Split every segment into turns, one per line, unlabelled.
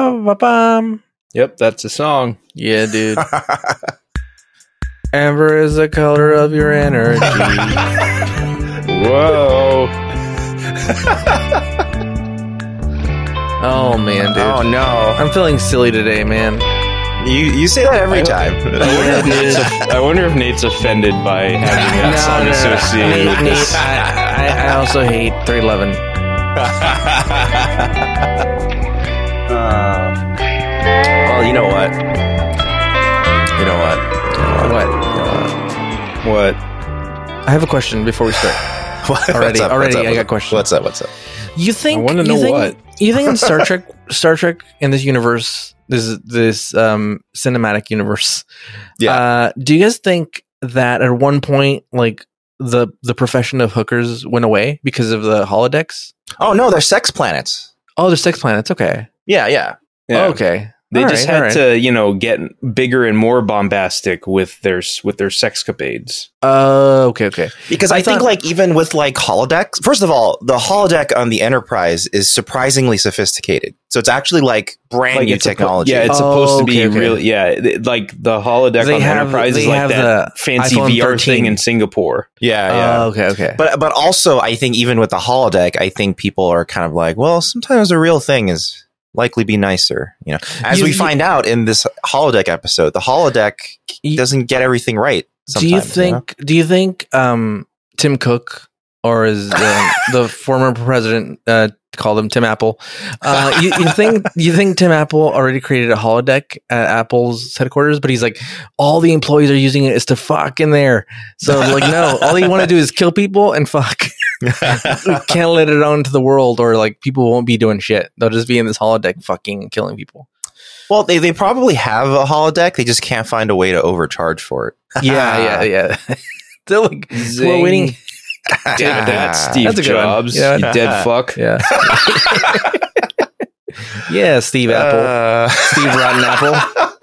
Ba-da-ba-ba-bum.
Yep, that's a song.
Yeah, dude. Amber is the color of your energy.
Whoa.
oh man, dude.
Oh no!
I'm feeling silly today, man.
You you say that every time.
I wonder if Nate's, I wonder if Nate's offended by having that
No,
song
no, no.
associated
Hate
with
Nate.
this.
I, I, I also hate 311.
Uh, well, oh, you know what? You know what?
What?
What?
I have a question before we start.
What-
Already-
what's up,
already
what's up,
I
what's
got
up,
questions.
What's up? What's up?
You think?
I wanna
you
know
think-
what.
You think in Star Trek, Star Trek in this universe, this this um cinematic universe.
Yeah.
Uh, do you guys think that at one point, like the the profession of hookers went away because of the holodecks?
Oh no, they're sex planets.
Oh, there's sex planets. Okay. Oh,
Yeah, yeah.
Yeah.
okay.
They
All
just
right, all
had
right.
to, you know, get bigger and more bombastic with their with their sexcapades.
Oh, okay, okay.
Because
I
I, think
thought-
like even with like holodecks, first of all, the holodeck on the Enterprise is surprisingly sophisticated. So it's actually like brand
Like
new
it's a-
technology.
yeah, it's
Oh,
supposed to be
okay, okay.
really yeah, th- like the holodeck
They
on
have-
the Enterprise is
they
like
have
that fancy
iPhone
VR
13.
thing in Singapore.
yeah, yeah.
Oh, okay, okay.
but but also, I think even with the holodeck, I think people are kind of like, well, sometimes the real thing is likely be nicer. You know, as
You-
we
you-
find out in this holodeck episode, the holodeck
You-
doesn't get everything right.
do you
Sometimes, know?
think? Do you think um, Tim Cook or is the, the former president uh, called him Tim Apple? Uh, you, you think you think Tim Apple already created a holodeck at Apple's headquarters, but he's like, all the employees are using it is to fuck in there. So like, no, all you want to do is kill people and fuck. We can't let it out into the world, or like people won't be doing shit. They'll just be in this holodeck, fucking killing people.
Well, they, they probably have a holodeck. They just can't find a way to overcharge for it.
Yeah, yeah, yeah. They're like, we're waiting.
Ah.
Damn it, that's Steve
That's a good one.
Jobs.
Yeah.
You dead fuck.
Yeah. yeah, Steve Apple.
Uh,
Steve Rotten Apple.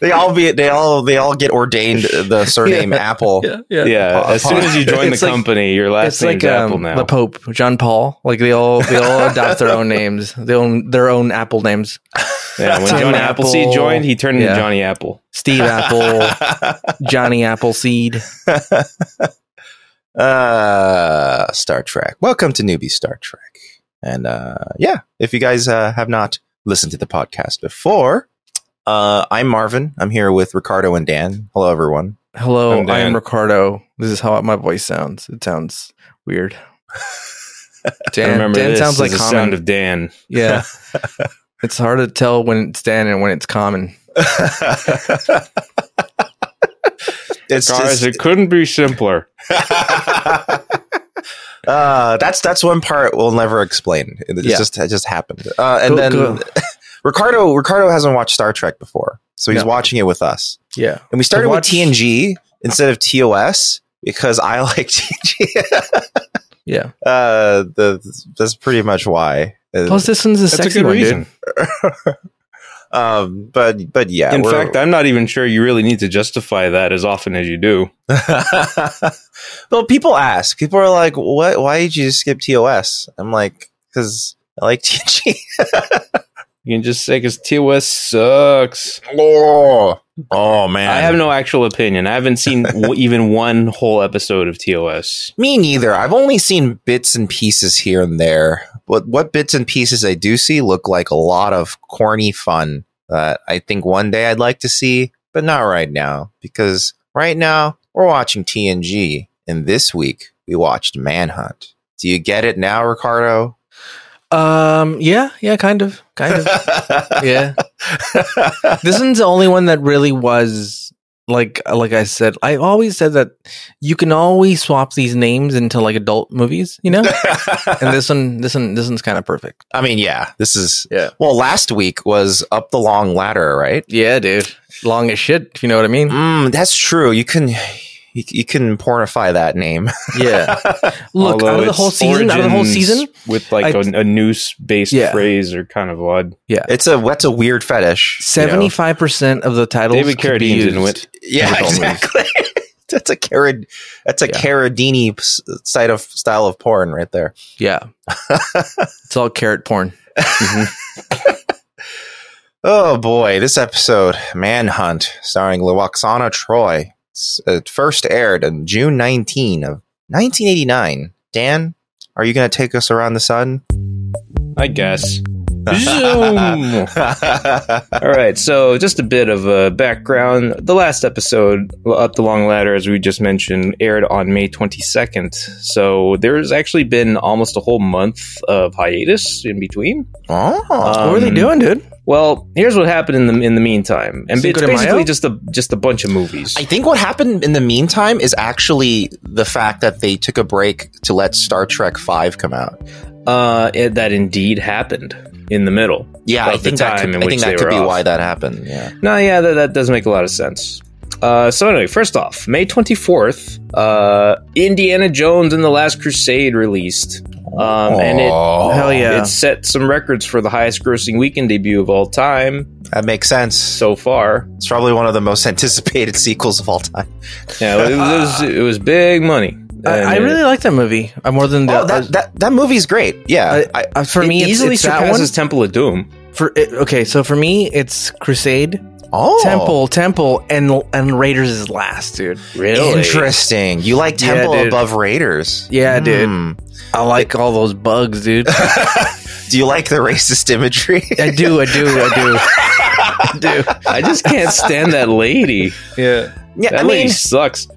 they all be they all they all get ordained the surname Apple.
Yeah. As soon as you join the
It's like-
company, your last
It's
name's
like
Apple
um,
now.
the Pope, John Paul. Like they all they all adopt their own names, their own their own Apple names.
yeah, when
Tim
John Appleseed
Apple.
joined, he turned
Yeah.
into Johnny Apple.
Steve Apple, Johnny Appleseed.
uh, Star Trek. Welcome to newbie Star Trek. And uh, yeah, if you guys uh, have not listened to the podcast before, uh, I'm Marvin. I'm here with Ricardo and Dan. Hello, everyone.
Hello,
I'm
I am
Dan.
Ricardo. This is how my voice sounds. It sounds weird. Dan,
I remember
Dan
this
sounds like
the
common.
sound of Dan.
yeah. it's hard to tell when it's Dan and when it's common.
it's
Guys,
just,
it couldn't be simpler.
uh, that's that's one part we'll never explain. It
Yeah.
just it just happened. Uh, and
Go-
then
go.
Ricardo Ricardo hasn't watched Star Trek before, so he's
No.
watching it with us.
Yeah.
And we started with
watched-
TNG instead of TOS because I like TNG.
Yeah.
uh, the, that's pretty much why. Uh,
Plus this one's a
That's
sexy
a good
one, dude.
reason.
um, but but yeah.
In
we're-
fact, I'm not even sure you really need to justify that as often as you do.
well, people ask. People are like, "What? Why did you skip TOS?" I'm like, "Cause I like TNG."
You can just say because TOS sucks.
oh, oh man,
I have no actual opinion. I haven't seen w- even one whole episode of TOS.
Me neither. I've only seen bits and pieces here and there. But what bits and pieces I do see look like a lot of corny fun that I think one day I'd like to see, but not right now because right now we're watching TNG, and this week we watched Manhunt. Do you get it now, Ricardo?
Um. Yeah. Yeah. Kind of. Kind of. yeah. This one's the only one that really was like uh, like I said. I always said that you can always swap these names into like adult movies, you know. and this one, this one, this one's kind of perfect.
I mean, yeah, this is
Yeah.
Well, last week was up the long ladder, right?
Yeah, dude. Long as shit, if you know what I mean.
Mm, that's true. You can you, you can pornify that name.
Yeah. Look, out
Although
of the whole
its
season, out of the whole
origins
season.
with like
I-
a a noose based
Yeah.
phrase are kind of odd.
It's a that's a weird fetish. you know?
Seventy-five percent of the titles.
David
could be
Carradine's
used.
in it.
Yeah,
Adult
exactly. that's a Carad, that's a
Yeah.
Caradini s- side of style of porn right there.
Yeah. it's all carrot porn.
Oh boy, this episode, Manhunt, starring Luoxana Troy, s- uh, first aired on June 19 of 1989. Dan, are you going to take us around the sun?
I guess. Zoom.
Oh.
All right, so just a bit of a background. The last episode, Up the Long Ladder, as we just mentioned, aired on May 22nd. So there's actually been almost a whole month of hiatus in between.
oh,
what were they
Um,
doing, dude?
Well, here's what happened in the in the meantime, and
Cinco
it's
de Mayo?
basically just a just a bunch of movies.
I think what happened in the meantime is actually the fact that they took a break to let Star Trek 5 come out.
Uh, it- that indeed happened in the middle.
Yeah,
Of
I
the
think that
time
could,
in
I
which
think
they
that could
were
be
off.
why that happened. Yeah.
No, yeah, that, that does make a lot of sense. Uh, so anyway, first off, May 24th, uh, Indiana Jones and the Last Crusade released. Um, and it,
Oh.
hell yeah.
it set some records for the highest grossing weekend debut of all time
That makes sense.
so far.
It's probably one of the most anticipated sequels of all time.
Yeah, it was, it was big money. And
I, I
it-
really like that movie. Uh, more than the
oh, that, that that movie's great. Yeah, I,
uh, for
it
me, it's,
easily
it's that one.
surpasses Temple of Doom.
For it, okay, so for me, it's Crusade,
oh,
Temple, Temple, and and Raiders is last, dude.
Really?
Interesting. You like
Yeah,
Temple
dude.
above Raiders?
Yeah, dude.
Hmm.
I like all those bugs, dude.
Do you like the racist imagery?
I do, I do, I do.
Dude, I just can't stand that lady. Yeah.
yeah,
That
I
lady
mean,
sucks.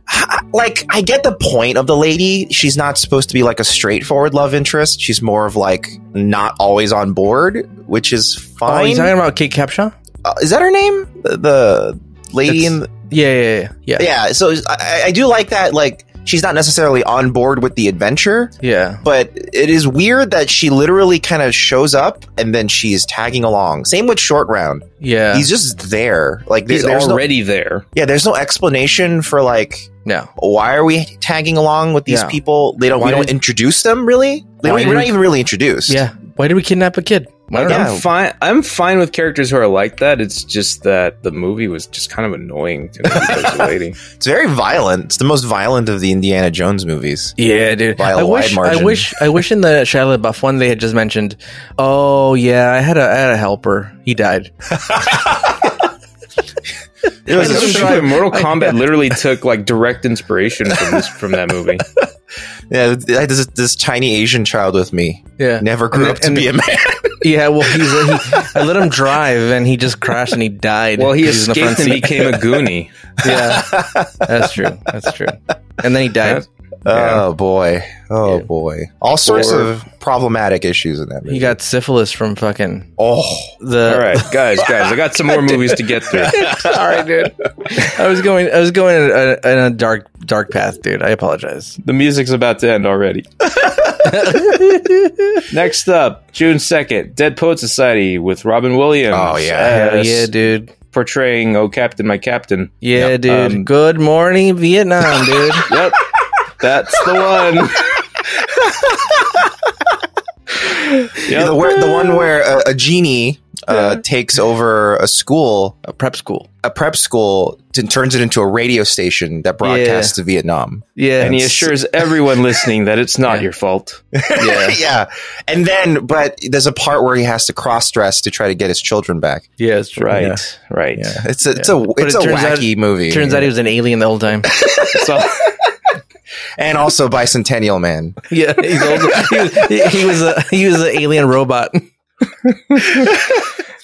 like I get the point of the lady. She's not supposed to be like a straightforward love interest. She's more of like not always on board, which is
Oh, you
fine.
talking about Kate Capshaw?
Uh, is that her name? The, the lady
It's-
in the,
Yeah, yeah, yeah, yeah.
yeah. So I, I do like that. Like she's not necessarily on board with the adventure.
Yeah.
but it is weird that she literally kind of shows up and then she's tagging along. Same with Short Round.
Yeah.
He's just there. Like there-
He's
there's no,
already there.
yeah, there's no explanation for like
no.
why are we tagging along with these
Yeah.
people? They don't
Why
we don't
did-
introduce them really. They
Why
don't,
did
we're not
we-
even really introduced.
Yeah. Why did we kidnap a kid? I don't
Yeah.
know.
I'm fine. I'm fine with characters who are like that. It's just that the movie was just kind of annoying to me. because of the lady.
it's very violent. It's the most violent of the Indiana Jones movies.
Yeah, dude.
By a
I
wide
wish, I
margin.
wish, I wish in the Shia LaBeouf one they had just mentioned. Oh yeah, I had a, I had a helper. He died.
It
I
was
know
a
it's
sh-
right.
Stupid Mortal
I-
Kombat literally took like direct inspiration from this from that movie.
yeah, this, this tiny Asian child with me
Yeah,
never grew
And-
up to
and-
be a man.
yeah. Well, he's he, I let him drive, and he just crashed, and he died.
Well, he
'cause he's in the
escaped and
front
became a goonie.
seat. Yeah, that's true. That's true. And then he died.
Yeah.
Oh boy. Oh
Yeah.
boy. All sorts
Or-
of problematic issues in that movie.
He got syphilis from fucking
Oh,
the.
All right, guys, guys, I got some more movies to get through.
Sorry, dude. I was going. I was going in a, in a dark, dark path, dude. I apologize.
The music's about to end already. Next up, June second, Dead Poet Society with Robin Williams.
Oh, yeah.
Hell
as
yeah, dude.
portraying Oh Captain, My Captain.
Yeah,
Yep.
dude.
Um,
Good morning, Vietnam, dude.
Yep, that's the one.
Yeah, the, where, the one where a, a genie uh, takes over a school,
A prep school.
a prep school, and turns it into a radio station that broadcasts to Vietnam.
Yeah,
and he
That's-
assures everyone listening that it's not
Yeah.
your fault.
yeah,
yeah, and then but there's a part where he has to cross dress to try to get his children back.
yeah. It's true.
Right,
Yeah.
right.
Yeah, it's a it's a it's
it
a
turns out-
wacky movie.
Turns out he was an alien the whole time.
So
and also Bicentennial Man.
yeah, he's also, he, was, he, he was a he was an alien robot.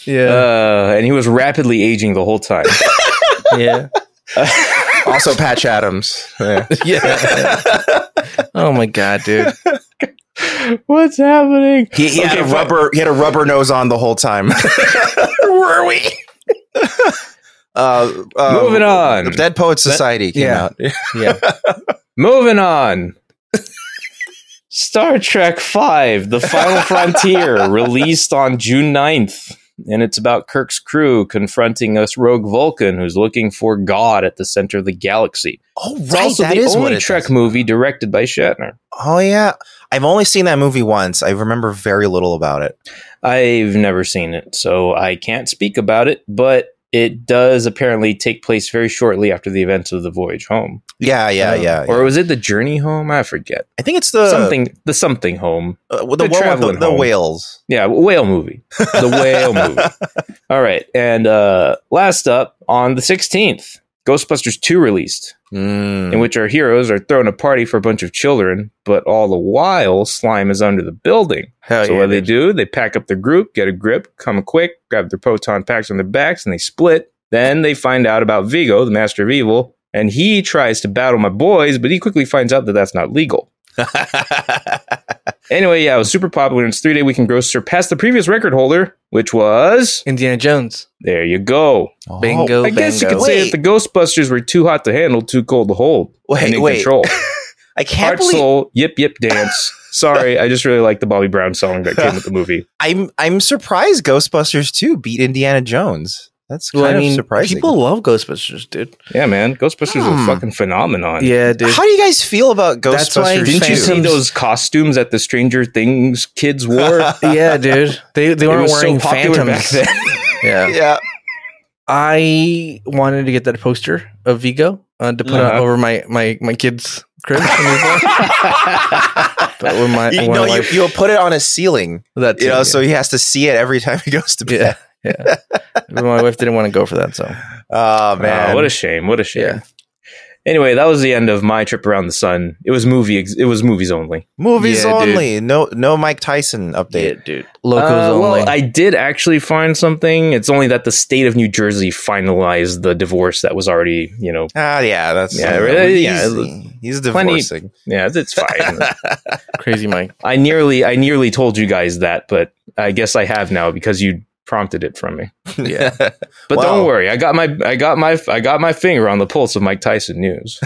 yeah,
Uh, and he was rapidly aging the whole time. Uh,
yeah,
Also Patch Adams. Yeah.
yeah. Oh my god, dude.
What's happening?
He, he had
Okay,
a
fine.
rubber. He had a rubber nose on the whole time. Were we? uh, um,
Moving on.
The Dead Poets Society came
yeah.
out.
Yeah,
Moving on. Star Trek V, The Final Frontier, released on June 9th. And it's about Kirk's crew confronting us rogue Vulcan who's looking for God at the center of the galaxy.
Oh
It's also the only
it
Trek
is.
movie directed by Shatner.
Oh yeah, I've only seen that movie once. I remember very little about it.
I've never seen it, so I can't speak about it, but it does apparently take place very shortly after the events of the voyage home.
Yeah, yeah,
Uh,
yeah.
Or
yeah.
was it the journey home? I forget.
I think it's the
something the something home.
uh, well, the,
the
one with
traveling
the, the
home.
whales.
Yeah, whale movie. The whale movie. All right. And uh last up on the 16th, Ghostbusters 2 released, in which our heroes are throwing a party for a bunch of children, but all the while slime is under the building.
Hell
so what they do, they pack up their group, get a grip, come quick, grab their proton packs on their backs, and they split. Then they find out about Vigo, the master of evil, and he tries to battle my boys, but he quickly finds out that that's not legal. Anyway, yeah, it was super popular, and its three-day weekend gross surpassed the previous record holder, which was
Indiana Jones.
there. You go.
Oh,
Bingo.
I guess you
bango.
could say
Wait.
that the Ghostbusters were too hot to handle, too cold to hold.
Wait,
and in
wait.
control.
I can't
Heart,
believe
soul, yip, yip, dance. Sorry, I just really like the Bobby Brown song that came with the movie.
I'm I'm surprised Ghostbusters 2 beat Indiana Jones. That's kind
Well, I mean,
of surprising.
people love Ghostbusters, dude.
Yeah, man, Ghostbusters is
Hmm.
a fucking phenomenon.
Yeah, dude.
How do you guys feel about
That's why
Ghostbusters
Didn't you see
2?
Phantoms-
those costumes that the Stranger Things kids wore?
yeah, dude. They they
It
weren't
was
wearing phantoms. Yeah,
yeah.
I wanted to get that poster of Vigo uh, to put
Uh-huh.
on over my my my kids' crib. that was my,
You,
uh, one
no,
of
you,
my-
you'll put it on a ceiling,
that
you
too,
know,
yeah.
so he has to see it every time he goes to
yeah,
bed.
yeah. my wife didn't want to go for that, so
Oh man,
what a shame! What a shame.
Yeah.
Anyway, that was the end of my trip around the sun. It was movie. Ex- it was movies only.
movies
Yeah, dude.
only. No, no Mike Tyson update.
dude. Locos
Uh,
only.
Well, I did actually find something. It's only that the state of New Jersey finalized the divorce that was already, you know,
Ah, yeah, that's
Yeah,
yeah,
right, yeah,
he's, he's
plenty-
divorcing.
yeah, it's fine.
Crazy Mike.
I nearly, I nearly told you guys that, but I guess I have now because you prompted it from me.
Yeah.
But
Wow.
don't worry, I got my, I got my, I got my finger on the pulse of Mike Tyson news.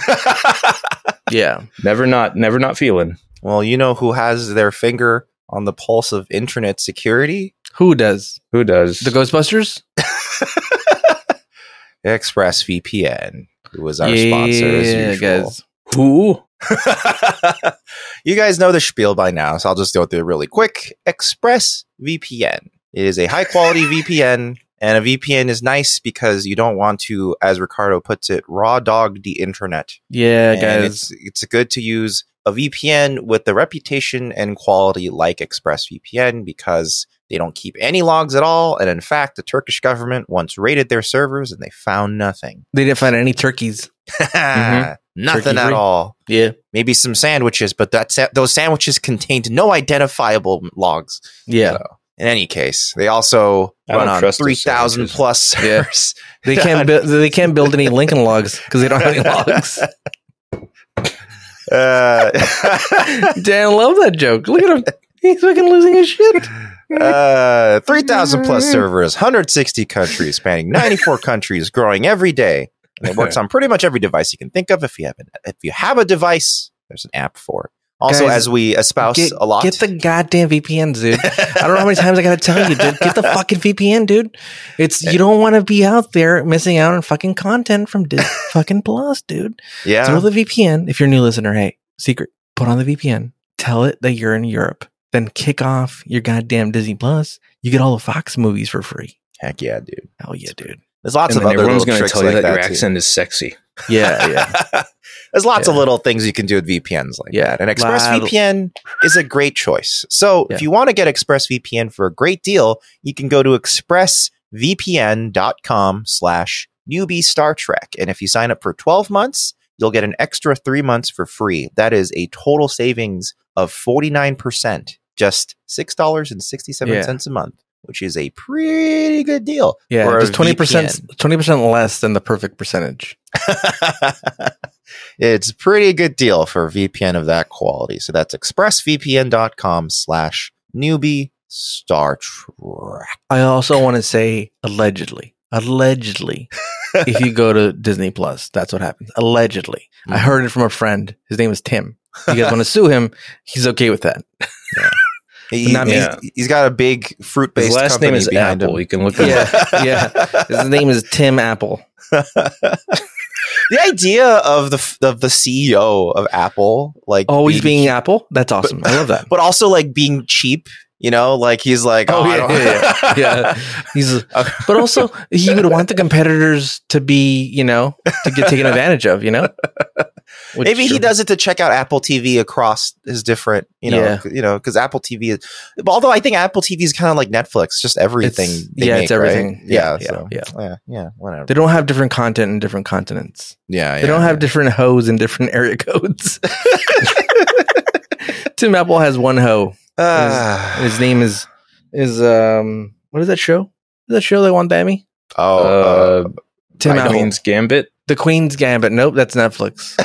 Yeah.
never not, never not feeling.
well, you know who has their finger on the pulse of internet security?
Who does
Who does?
the Ghostbusters?
ExpressVPN, who was our sponsor as usual.
Who?
you guys know the spiel by now, so I'll just go through it really quick. ExpressVPN. It is a high quality VPN, and a VPN is nice because you don't want to, as Ricardo puts it, raw dog the internet.
Yeah,
And
guys.
It's, it's good to use a VPN with the reputation and quality like ExpressVPN because they don't keep any logs at all. And in fact, the Turkish government once raided their servers and they found nothing.
They didn't find any turkeys.
Nothing
Mm-hmm. Turkey
at
free?
all
Yeah.
maybe some sandwiches, but that sa- those sandwiches contained no identifiable logs.
Yeah.
So, in any case, they also
I don't
run on
trust those
three thousand
sandwiches.
plus
Yeah.
servers.
They can't build they can't build any Lincoln logs because they don't have any logs.
Uh,
Dan love that joke. Look at him. He's fucking losing his shit.
uh, three thousand plus servers, hundred sixty countries, spanning ninety four countries, growing every day. And it works on pretty much every device you can think of. If you have an, if you have a device, there's an app for it. Also,
Guys,
as we espouse
Get,
a lot,
get the goddamn VPN, dude. I don't know how many times I gotta tell you, dude. Get the fucking VPN, dude. It's you don't want to be out there missing out on fucking content from Disney fucking Plus, dude.
yeah,
Throw the VPN. If you're a new listener, hey, secret, put on the VPN. Tell it that you're in Europe. Then kick off your goddamn Disney Plus. You get all the Fox movies for free.
heck yeah, dude.
Hell yeah, dude.
There's lots
And
of
then
other little
everyone's going to
tricks
tell you
like
that,
that
your
too.
accent is sexy.
Yeah, yeah.
There's lots of
Yeah.
little things you can do with VPNs like
Yeah.
that. And
Lot-
ExpressVPN is a great choice. So if
Yeah.
you want to get ExpressVPN for a great deal, you can go to expressvpn.com slash newbie Star Trek. And if you sign up for 12 months, you'll get an extra three months for free. That is a total savings of 49%, just $6.67 a month, which is a pretty good deal.
yeah
for a
just 20%,
VPN.
20% less than the perfect percentage.
it's a pretty good deal for a VPN of that quality. So that's expressvpn.com slash newbie star trek.
I also want to say, allegedly, allegedly, if you go to Disney Plus, that's what happens. Allegedly. I heard it from a friend. His name is Tim. If you guys want to sue him, he's okay with that.
He,
Not me.
he's- he's got a big fruit
His
based
last name is
behind
Apple.
Him.
You can look at
Yeah, yeah. His name is Tim Apple.
The idea of the f- of the CEO of Apple, like
Always being Apple. That's awesome. I love that.
but also like being cheap You know, like he's like,
Oh,
oh, I
yeah,
don't-
yeah,
Yeah. He's, but also he would want the competitors to be, you know, to get taken advantage of, you know. Which-
Maybe he does it to check out Apple TV across his different, you know,
Yeah.
c- you know, because Apple TV is. Although I think Apple TV is kind of like Netflix, just everything.
It's-
they
yeah,
make,
it's everything.
right?
Yeah,
Yeah,
yeah,
so,
yeah.
yeah, yeah, whatever.
They don't have different content in different continents.
yeah,
They don't have different hoes in different area codes. Tim Apple has one hoe.
Ah.
And his name is is um what is that show? Is that show they want Dammy?
oh, uh,
uh,
Tim
I
Apple.
Queen's Gambit.
The Queen's Gambit. Nope, that's Netflix.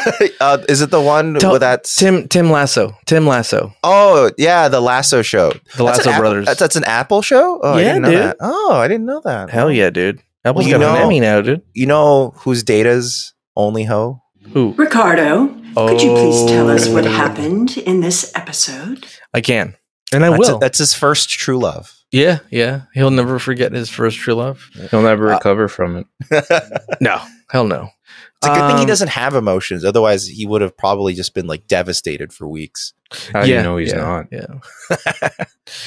uh, is it the one
Tell-
with that?
Tim Tim Lasso. Tim Lasso.
oh, yeah, the Lasso show.
The
That's an
Lasso
Apple-
Brothers.
that's, that's an Apple show. Oh,
Yeah,
I didn't know
dude.
That. Oh, I didn't know that.
Hell yeah, dude. Apple's
Well,
got
you
an
know-
Emmy now, dude.
You know whose data's only hoe?
Who?
Ricardo, could you please tell us what
Oh.
happened in this episode?
I can. And I
that's,
will.
that's his first true love.
yeah, yeah. He'll never forget his first true love.
He'll never
Uh,
recover from it.
No. Hell no.
It's a good thing he
Um,
doesn't have emotions. Otherwise, he would have probably just been like devastated for weeks.
How do you know he's
yeah,
not?
Yeah.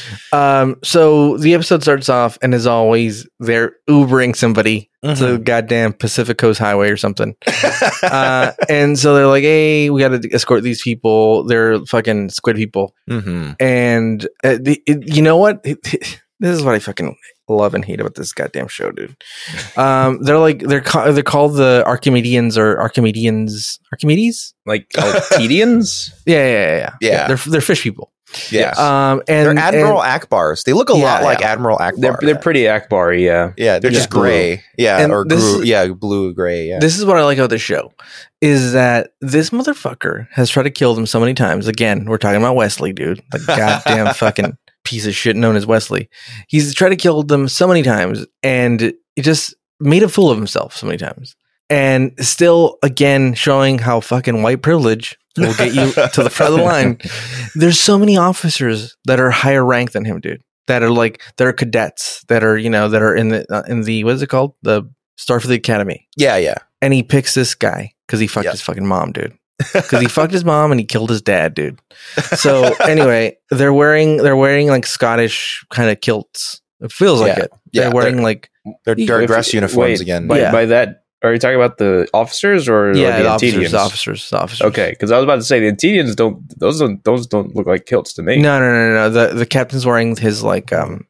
um, so the episode starts off, and as always, they're Ubering somebody to
Mm-hmm.
the goddamn Pacific Coast Highway or something. Uh, and so they're like, hey, we got to escort these people. They're fucking squid people.
Mhm.
And uh, the, it- you know what? this is what I fucking love and hate about this goddamn show, dude. Um, they're like, they're, ca- they're called the Archimedeans or Archimedeans. Archimedes?
Like Altidians?
Yeah, yeah, yeah. Yeah.
Yeah.
they're, they're fish people.
Yes.
Um, and
they're Admiral Akbars. They look a
Yeah,
lot like
yeah.
Admiral Akbar.
They're they're pretty Akbar, yeah.
yeah, they're
Yeah.
just gray. Yeah,
And
or
this
gru-
is-
yeah, blue gray. Yeah.
This is what I like about this show is that this motherfucker has tried to kill them so many times. Again, we're talking about Wesley, dude. The goddamn fucking piece of shit known as Wesley. He's tried to kill them so many times and he just made a fool of himself so many times. And still, again, showing how fucking white privilege will get you to the front of the line. There's so many officers that are higher rank than him, dude. That are like, that are cadets, that are, you know, that are in the, uh, in the, what is it called? The Starfleet Academy
yeah, yeah.
and he picks this guy because he fucked
Yeah.
his fucking mom, dude. Because he fucked his mom and he killed his dad, dude. So anyway, they're wearing they're wearing like Scottish kind of kilts. It feels like
Yeah,
it.
yeah,
they're wearing like
They're, they're
If-
dress uniforms
wait,
again.
By,
Yeah.
by that, are you talking about the officers or, or
yeah, the
the
officers,
Altidians?
the officers, the officers.
Okay, because I was about to say the Antedians don't those don't those don't look like kilts to me.
No, no, no, no, no. The the captain's wearing his like um.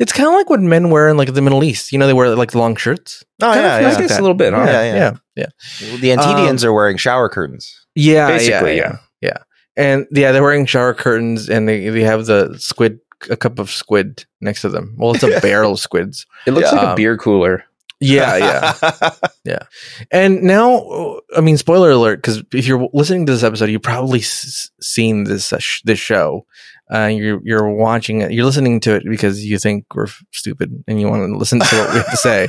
It's kind of like what men wear in like the Middle East. You know, they wear like long shirts.
oh
Kinda
yeah,
feels
yeah.
like this a little bit, huh?
Yeah, yeah.
yeah, yeah.
The
Um,
Antidians are wearing shower curtains.
Yeah,
Basically,
yeah, yeah, yeah. And yeah, they're wearing shower curtains, and they they have the squid, a cup of squid next to them. Well, it's a barrel of squids.
It looks
Yeah.
like a beer cooler.
Yeah, yeah. And now, uh, I mean, spoiler alert, because if you're listening to this episode, you've probably s- seen this uh, sh- this show. Uh, you're you're watching it, you're listening to it because you think we're f- stupid and you want to listen to what we have to say.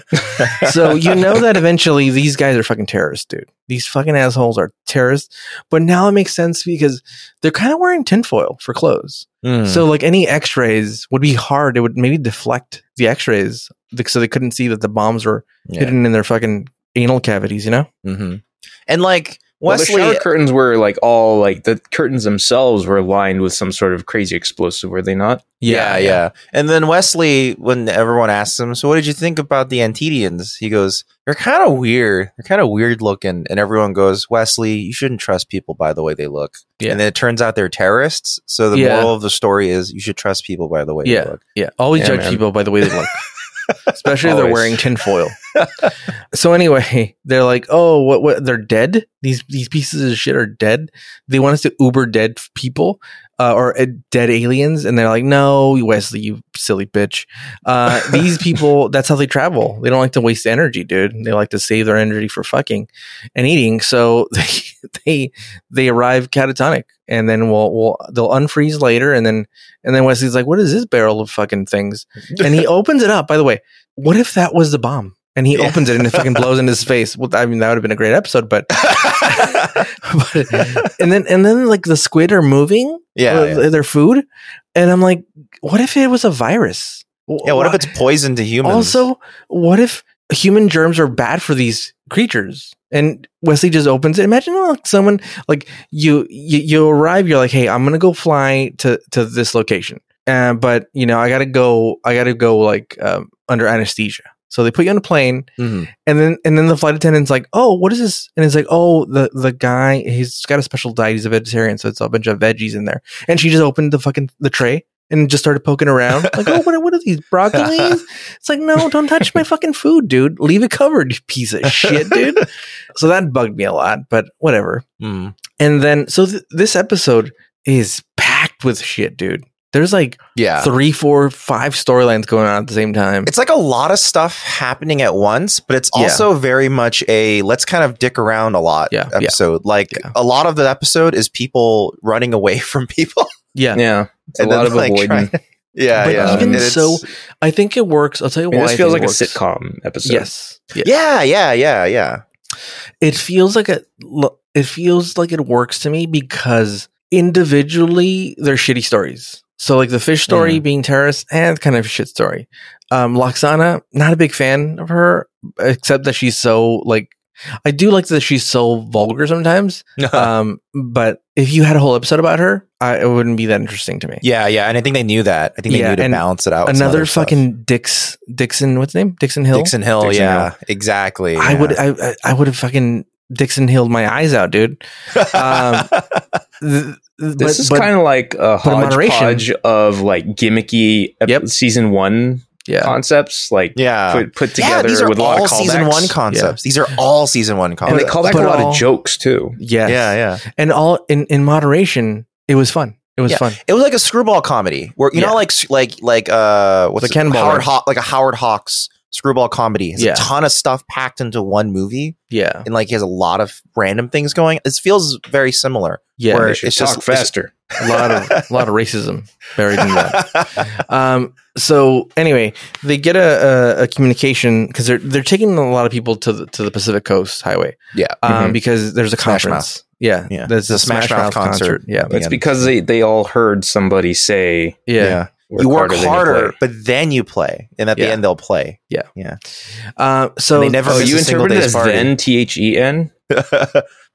so you know that eventually these guys are fucking terrorists, dude. These fucking assholes are terrorists. But now it makes sense because they're kind of wearing tinfoil for clothes.
Mm.
So like any X-rays would be hard. It would maybe deflect the X-rays, th- so they couldn't see that the bombs were
Yeah.
hidden in their fucking anal cavities. You know?
Mhm. and like
Well,
Wesley,
the shower curtains were like all like the curtains themselves were lined with some sort of crazy explosive, were they not?
Yeah, yeah, And then Wesley, when everyone asks him, "So what did you think about the Antedians?" He goes, "They're kind of weird. They're kind of weird looking." And everyone goes, "Wesley, you shouldn't trust people by the way they look."
Yeah.
And then it turns out they're terrorists. So the
Yeah.
moral of the story is you should trust people by the way
Yeah.
they look.
Yeah, always
Yeah,
judge
man.
people by the way they look, especially if they're
Always.
wearing tinfoil. so anyway, they're like, "Oh, what? What? They're dead. These these pieces of shit are dead. They want us to Uber dead f- people uh, or uh, dead aliens." And they're like, "No, Wesley, you silly bitch. Uh, these people. That's how they travel. They don't like to waste energy, dude. They like to save their energy for fucking and eating. So they they they arrive catatonic." And then we'll, we'll they'll unfreeze later, and then and then Wesley's like, "What is this barrel of fucking things?" and he opens it up. By the way, what if that was the bomb? And he
Yeah.
opens it and it fucking blows in his face. Well, I mean, that would have been a great episode, but, but and then and then like the squid are moving
yeah,
uh,
yeah.
their food, and I'm like, what if it was a virus?
Yeah, What if it's poison to humans?
also what if human germs are bad for these creatures? And Wesley just opens it. Imagine like someone like you, you you arrive. You're like, hey, I'm gonna go fly to to this location. uh, but you know, I gotta go. I gotta go like um, under anesthesia. So they put you on a plane,
Mm-hmm.
and then and then the flight attendant's like, "Oh, what is this?" And it's like, "Oh, the the guy, he's got a special diet. He's a vegetarian, so it's a bunch of veggies in there." And she just opened the fucking the tray and just started poking around, like, "Oh, what are, what are these broccolis?" It's like, "No, don't touch my fucking food, dude. Leave it covered, you piece of shit, dude." so that bugged me a lot, but whatever.
Mm.
And then so th- this episode is packed with shit, dude. There's like
Yeah.
three, four, five storylines going on at the same time.
it's like a lot of stuff happening at once, but it's
Yeah.
also very much a let's kind of dick around a lot
Yeah, yeah.
episode. Like
Yeah.
a lot of the episode is people running away from people.
yeah.
Yeah. It's a
And then,
lot of
like,
avoiding.
trying- yeah,
But
yeah.
even
And it's-
so, I think it works. I'll tell you
I mean,
why.
this
I
feels like
think it
a
works.
sitcom episode.
Yes. Yeah.
yeah, yeah, yeah, yeah.
It feels like a lo- it feels like it works to me because individually they're shitty stories. So like the fish story
Mm.
being terrorist and kind of a shit story. Um Loxana, not a big fan of her except that she's so like I do like that she's so vulgar sometimes.
Uh,
um but if you had a whole episode about her, I, it wouldn't be that interesting to me.
Yeah, yeah, and I think they knew that. I think they
Yeah,
knew to
and
balance it out. with some
another
other stuff.
fucking Dix Dixon. What's his name? Dixon Hill.
Dixon Hill.
Dixon
yeah, exactly.
I would I I- I would have fucking Dixon Hilled my eyes out, dude.
yeah.
um, Th- th-
This
but-
is
but-
kind of like a
but in moderation.
hodgepodge of like gimmicky ep-
Yep.
season one
yeah.
concepts, like
yeah.
put, put
yeah,
together
these are
with a lot
all
of callbacks.
season one concepts. These are all season one
and
concepts.
they call back a
But
lot
all-
of jokes too.
Yes.
yeah, yeah.
And all in in moderation, it was fun. It was
Yeah.
fun.
It was like a screwball comedy where you
Yeah.
know, like like like uh, what's
Like
it-
Cannonball
Howard
Run.
Haw- like a Howard Hawks screwball comedy. It's
Yeah.
a ton of stuff packed into one movie,
Yeah.
and like he has a lot of random things going. It feels very similar.
Yeah.
Where-
They should
it's
talk
just- it's-
faster.
A lot of a lot of racism buried in that. Um so anyway, they get a a, a communication cuz they're they're taking a lot of people to the to the Pacific Coast Highway
yeah,
um
Mhm.
because there's a
Smash
conference. Yeah.
Yeah.
There's
The
a Smash, Mouth concert. Yeah.
It's because they, they all heard somebody say,
Yeah.
work
you work
than you
harder,
play."
but then you play, and at
Yeah.
the end they'll play.
Uh, so
And they never
Oh,
miss
you
a single
interpret it
day's
as
party.
then, T H E N?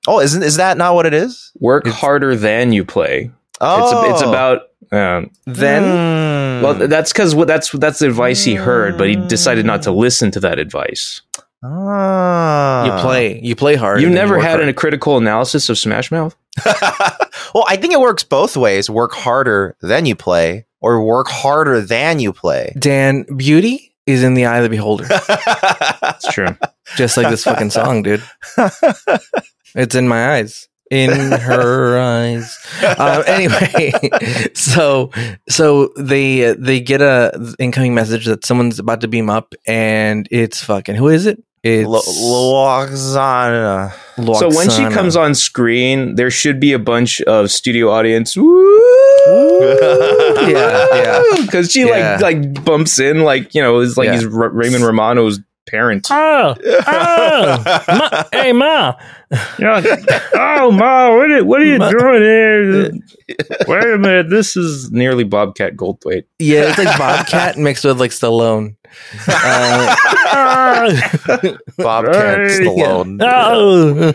oh, isn't is that not what it is?
Work
It's-
harder than you play.
Oh,
It's, it's about. Um,
then
Hmm.
well, that's because that's that's the advice he heard, but he decided not
Hmm.
to listen to that advice.
Ah.
you play you play hard.
You
and then
never
work
had
hard.
a critical analysis of Smash Mouth.
well, I think it works both ways. Work harder than you play, or work harder than you play.
Dan, beauty is in the eye of the beholder,
That's true.
just like this fucking song, dude. It's in my eyes, in her eyes. Um, anyway, so so they uh, they get a incoming message that someone's about to beam up, and it's fucking who is it? It's
Lo- Loxana.
So when she comes on screen, there should be a bunch of studio audience. Woo!
yeah, yeah.
Because she
Yeah.
like like bumps in like you know it's like
Yeah.
he's Ra- Raymond Romano's parent.
Oh, oh, hey, ma.
oh ma, what are, what are you doing here? Wait a minute, this is nearly Bobcat Goldthwait.
Yeah, it's like Bobcat mixed with like Stallone. Uh,
Bobcat
Hey.
Stallone.
Oh,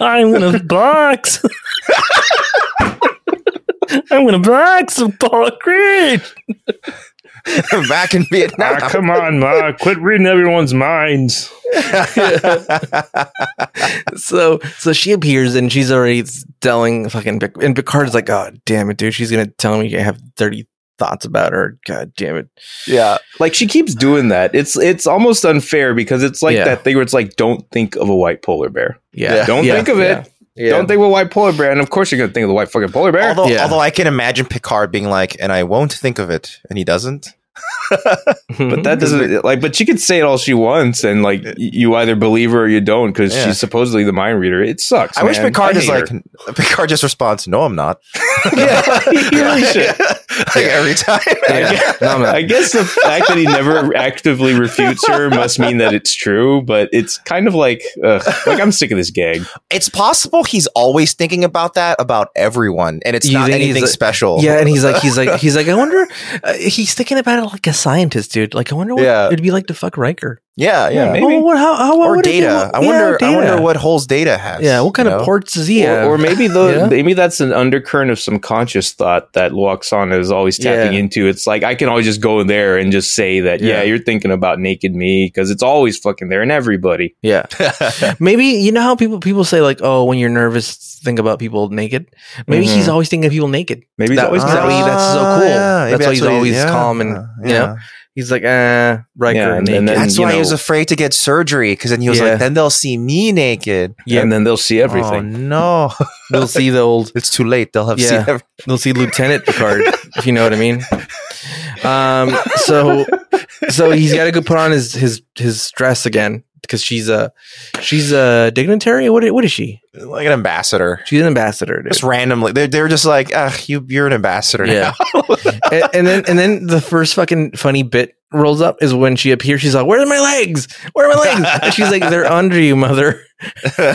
I'm gonna box. I'm gonna box some Paul Creed.
Back in Vietnam.
come on, ma, quit reading everyone's minds.
So, so she appears and she's already telling fucking Pic- and Picard's like, "God damn it, dude! She's gonna tell me I have dirty thoughts about her. God damn it!
yeah.
Like she keeps doing that. It's it's almost unfair because it's like
Yeah.
that thing where it's like don't think of a white polar bear.
Yeah,
Yeah.
Don't
Yeah.
think of it.
Yeah.
Don't think of a white polar bear. And of course you're gonna think of the white fucking polar bear.
Although,
Yeah.
although I can imagine Picard being like, and I won't think of it, and he doesn't.
but that
mm-hmm.
doesn't like. But she could say it all she wants, and like y- you either believe her or you don't, because
Yeah.
she's supposedly the mind reader. It sucks.
I wish
man.
Picard
I
is
hate
like Picard just responds, "No, I'm not."
her. yeah, he really should.
like every time.
I guess-
No, I'm not.
I guess the fact that he never actively refutes her must mean that it's true, but it's kind of like, ugh, like I'm sick of this gag.
It's possible he's always thinking about that about everyone, and it's
You
not
think he's
anything
like-
special.
Yeah, and he's like, he's like, he's like, I wonder. Uh, he's thinking about it like a scientist, dude. Like, I wonder what
Yeah.
it'd be like to fuck Riker.
Yeah, yeah.
maybe.
Well, what, how, how, what
Or
would it be?
data. I
Yeah,
wonder. I
data.
wonder what holes data has.
Yeah, what kind
you
of
know?
ports does he have?
Or, or maybe the
Yeah.
maybe that's an undercurrent of some conscious thought that Loxana is always tapping
Yeah.
into. It's like I can always just go in there and just say that, yeah,
Yeah.
you're thinking about naked me because it's always fucking there in everybody.
yeah, maybe you know how people people say like, oh, when you're nervous, think about people naked. Maybe he's always thinking of people naked.
Maybe
That-
that was
that
that
way
was-
that's so cool.
Ah, yeah, maybe
That's why he's
what
always calm and, you know, He's like, eh, Riker
Yeah, and-
naked.
and then-
That's
you
why he
know-
was afraid to get surgery because then he was
Yeah.
like, then they'll see me naked.
and then they'll see
Oh
everything.
no,
they'll see the old
it's too late. They'll have
Yeah.
seen everything.
They'll see Lieutenant Picard, if you know what I mean. Um, so, so he's got to go put on his his his dress again because she's a she's a dignitary. What i- what is she?
like an ambassador.
She's an ambassador. dude.
Just randomly, they're they're just like, ugh, you you're an ambassador.
Yeah. and, and then and then the first fucking funny bit rolls up is when she appears. She's like, "Where's my legs? Where are my legs?" And she's like, "They're under you, mother."
now.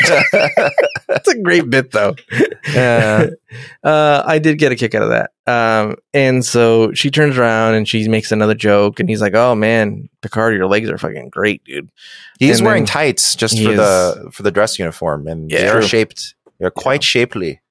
That's a great bit though.
yeah,
uh, I did get a kick out of that. Um, and so she turns around and she makes another joke, and he's like, "Oh man, Picard, your legs are fucking great, dude."
he's
And
wearing
then-
tights just
He
for
is.
the for the dress uniform, and
Yeah.
they are
True.
shaped. They're quite shapely.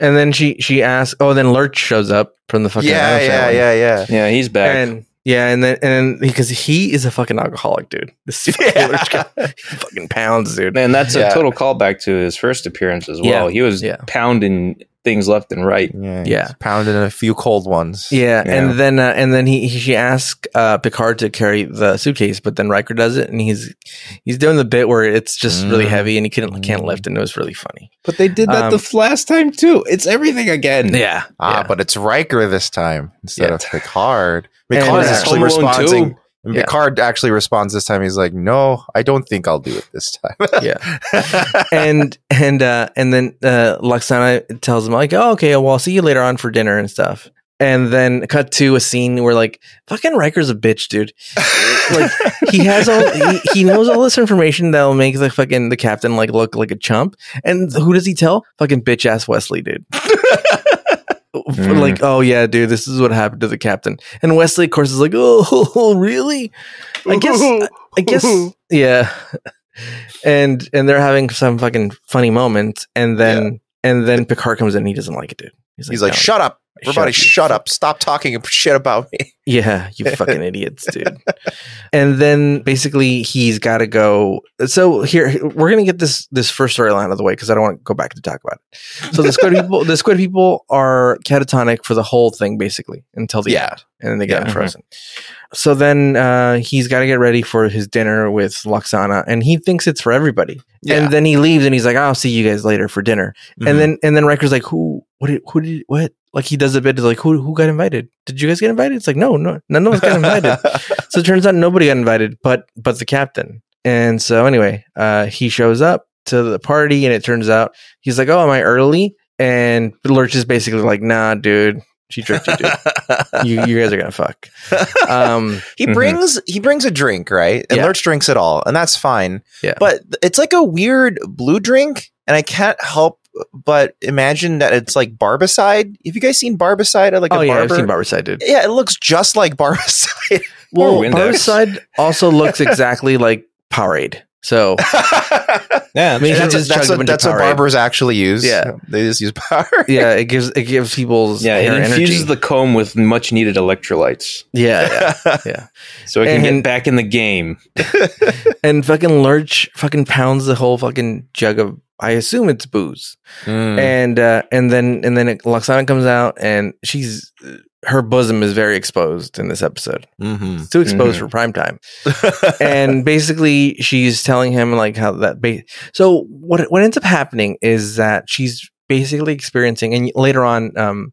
And then she she asks, "Oh, then Lurch shows up from the fucking
yeah,
Adams
yeah,
family.
yeah, yeah,
Yeah, he's back.
and yeah, and then and because he is a fucking alcoholic, dude. This fucking Lurch guy he fucking pounds, dude.
Man, that's
Yeah.
a total callback to his first appearance as well.
Yeah.
He was
Yeah.
pounding things left and right.
yeah,
Yeah.
he's Pounding a few cold ones.
Yeah,
Yeah.
and then uh, and then he, he she asks uh, Picard to carry the suitcase, but then Riker does it, and he's he's doing the bit where it's just really
Mm.
heavy, and he can't can't lift, and it was really funny.
But they did
that the
last time too. It's everything again.
Yeah,
Ah,
yeah.
but it's Riker this time instead
Yeah.
of Picard.
And
Picard is
it's
actually
Home Alone
responding. And
Yeah.
Picard actually responds this time. He's like, "No, I don't think I'll do it this time."
yeah and and uh and then uh Luxana tells him like oh okay well I'll see you later on for dinner and stuff and then cut to a scene where like fucking Riker's a bitch dude like he has all he, he knows all this information that'll make the fucking the captain like look like a chump and who does he tell fucking bitch ass Wesley dude
Mm.
like oh yeah dude this is what happened to the captain and Wesley of course is like oh really I guess I guess yeah. And and they're having some fucking funny moments and then and then Picard comes in and he doesn't like it, dude.
He's like,
"No,
"Shut up, everybody!
you
Shut up! Stop talking shit about me."
yeah, you fucking idiots, dude. And then basically he's got to go. So here we're gonna get this this first storyline out of the way because I don't want to go back to talk about it. So the squid people, the squid people are catatonic for the whole thing basically until the
Yeah. mm-hmm.
end, and then they get
Yeah.
frozen. So then uh, he's got to get ready for his dinner with Loxana, and he thinks it's for everybody.
Yeah.
And then he leaves, and he's like, "I'll see you guys later for dinner."
Mm-hmm.
And then and then Riker's like, who what did who did what? Like he does a bit of like who who got invited? Did you guys get invited? It's like, no, no, none of us got invited. so it turns out nobody got invited but but the captain. And so anyway, uh he shows up to the party and it turns out he's like, Oh, am I early? And Lurch is basically like, nah, dude, she tricked you, dude. You, you guys are gonna fuck. Um
he
Mhm.
brings he brings a drink, right? And
Yeah.
Lurch drinks it all, and that's fine.
Yeah.
But it's like a weird blue drink, and I can't help but imagine that it's like barbicide. Have you guys seen barbicide at like
Oh
a
yeah,
barber?
I've seen Barberside, dude.
yeah, it looks just like barbicide.
Well
Windex.
Barberside also looks exactly like Powerade. So
Yeah,
I mean, he
that's
just
that's,
chugged a
what,
bunch of
that's what
Powerade.
barbers actually use.
Yeah.
they just use power.
yeah, it gives it gives people's
yeah,
hair
it infuses
energy.
the comb with much needed electrolytes,
yeah, yeah.
so it can
And-
get back in the game.
and fucking Lurch fucking pounds the whole fucking jug of I assume it's booze.
Hmm. Mm,
And uh and then and then it, Loxana comes out and she's her bosom is very exposed in this episode.
mm-hmm.
It's too exposed
Mhm.
for prime time. and basically she's telling him like how that ba- so what what ends up happening is that she's basically experiencing and later on um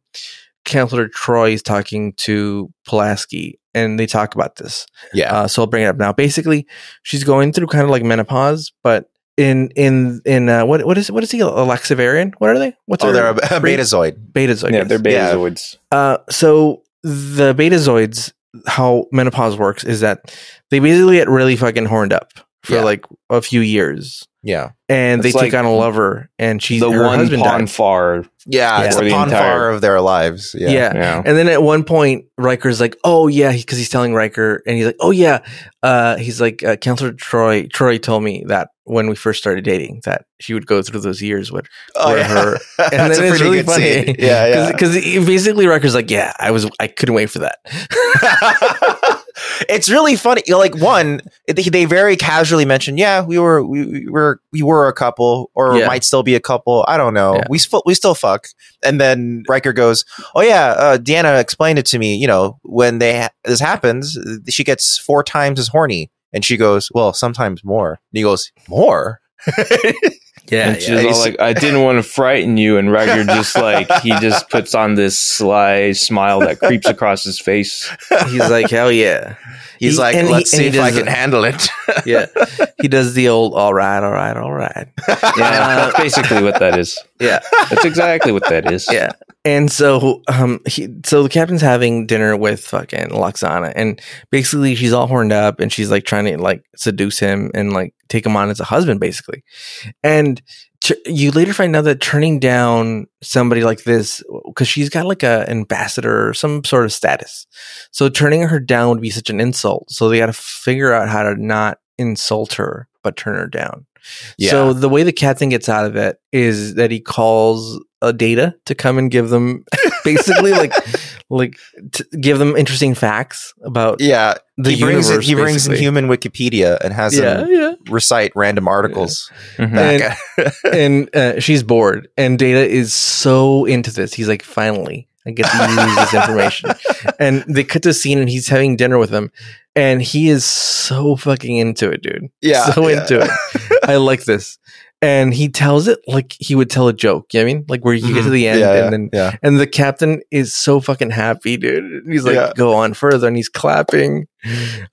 counselor Troy is talking to Pulaski and they talk about this.
yeah,
Uh, so I'll bring it up now. Basically, she's going through kind of like menopause, but in in in uh, what what is what is he Alexivarian? What are they? What's
oh, they're
their
a, a
breed?
betazoid.
betas? I
yeah,
guess.
they're
Yeah.
betazoids.
Uh, so the betazoids, how menopause works is that they basically get really fucking horned up for
Yeah.
like a few years,
Yeah.
and
It's
they
like
took on a lover, and she
the
her
one
husband
pawn
died.
far.
Yeah. It's
Yeah.
the,
For the
pon
entire-
far of their lives. Yeah.
yeah.
Yeah.
And then at one point, Riker's like, "Oh yeah," because he's telling Riker, and he's like, "Oh yeah," uh, he's like, uh, "Counselor Troy, Troy told me that when we first started dating, that she would go through those years with
Oh,
Or
yeah.
her-
That's
and then
a
it's
pretty
really
good
funny.
scene. Yeah. Yeah.
because basically Riker's like, "Yeah, I was, I couldn't wait for that."
it's really funny. You know, Like one, they, they very casually mention, yeah, we were we, we were we were a couple, or
Yeah.
might still be a couple. I don't know.
Yeah.
We still we still fuck. And then Riker goes, oh yeah, uh, Deanna explained it to me. You know, when they ha- this happens, she gets four times as horny, and she goes, well, sometimes more. And he goes, more.
and she's all like, I didn't want to frighten you. And Riker just like, he just puts on this sly smile that creeps across his face.
he's like, "Hell yeah."
He's
He-
like,
and he-
let's
and
see
he
if I
does
can
it.
handle it.
yeah. He does the old, all right, all right, all right.
Yeah. that's basically what that is.
Yeah.
That's exactly what that is.
Yeah. And so, um, he, so the captain's having dinner with fucking Loxana, and basically she's all horned up, and she's like trying to like seduce him and like take him on as a husband, basically. And t- you later find out that turning down somebody like this because she's got like a ambassador or some sort of status, so turning her down would be such an insult. So they got to figure out how to not insult her but turn her down. So the way the captain gets out of it is that he calls a data to come and give them basically like like t- give them interesting facts about
yeah,
the
he brings in,
universe.
he brings in
basically.
human Wikipedia and has
Yeah,
them
yeah.
recite random articles.
Mhm.
And-
back.
And uh, she's bored, and Data is so into this. He's like, finally, I get to use this information. And they cut the scene, and he's having dinner with him, and he is so fucking into it, dude.
yeah,
so
yeah.
into it. I like this. And he tells it like he would tell a joke. You know what I mean? Like where you get to the end
Mm-hmm.
and
yeah, yeah,
then
yeah.
and the captain is so fucking happy, dude. He's like,
Yeah.
go on further, and he's clapping.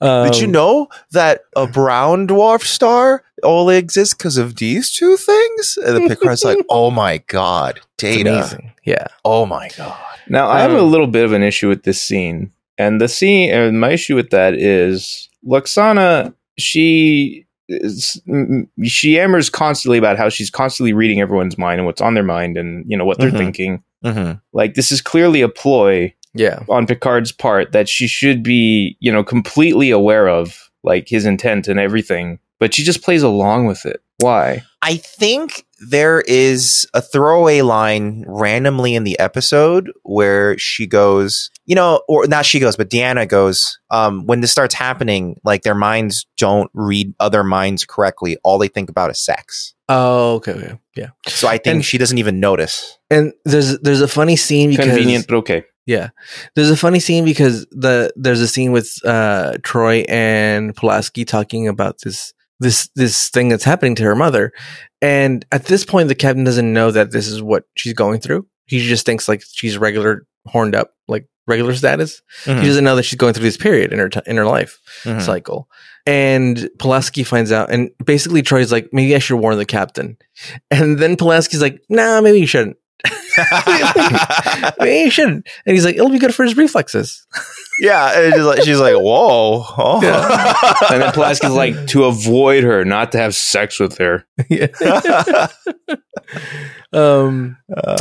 Um,
Did you know that a brown dwarf star only exists because of these two things? And the Picard's like, oh my god,
it's
data.
amazing. Yeah.
Oh my god.
Now I have a
Um,
little bit of an issue with this scene, and the scene, and my issue with that is Luxana. She is, m- m- she yammers constantly about how she's constantly reading everyone's mind and what's on their mind, and you know what they're
Mm-hmm.
Mhm.
thinking.
Mhm.
Like this is clearly a ploy
Yeah.
on Picard's part that she should be, you know, completely aware of, like his intent and everything. But she just plays along with it. Why?
I think there is a throwaway line randomly in the episode where she goes, you know, or not she goes, but Deanna goes, um, when this starts happening, like their minds don't read other minds correctly. All they think about is sex.
Oh, okay, okay. Yeah.
So I think
And-
she doesn't even notice.
And there's there's a funny scene because
Convenient, but okay.
Yeah. There's a funny scene because the there's a scene with uh Troy and Pulaski talking about this this this thing that's happening to her mother. And at this point the captain doesn't know that this is what she's going through. He just thinks like she's regular horned up, like regular status.
Hmm.
He doesn't know that she's going through this period in her t- in her life
Mhm.
cycle. And Pulaski finds out, and basically Troy's like, maybe I should warn the captain. And then Pulaski's like, nah, maybe you shouldn't. Maybe you shouldn't. And he's like, it'll be good for his reflexes.
yeah, and she's like, she's like, whoa. Oh.
And then Pulaski's like to avoid her, not to have sex with her.
yeah. Um,
Uh,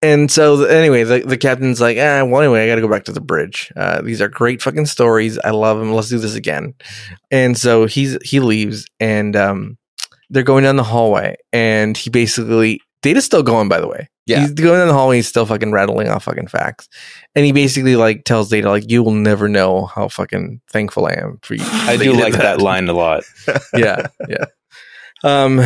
and so th- anyway, the, the captain's like, ah, well, anyway, I got to go back to the bridge. Uh, these are great fucking stories. I love them. Let's do this again. And so he's he leaves, and um, they're going down the hallway, and he basically Data's still going. By the way,
Yeah.
he's going down the hallway. He's still fucking rattling off fucking facts, and he basically like tells Data like, you will never know how fucking thankful I am for you.
I
that
do
you did
like that line a lot.
yeah, yeah. Um.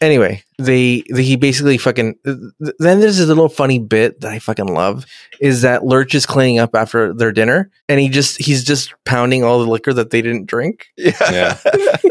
Anyway, they, they he basically fucking. th- th- Then there's this little funny bit that I fucking love is that Lurch is cleaning up after their dinner, and he just he's just pounding all the liquor that they didn't drink,
Yeah.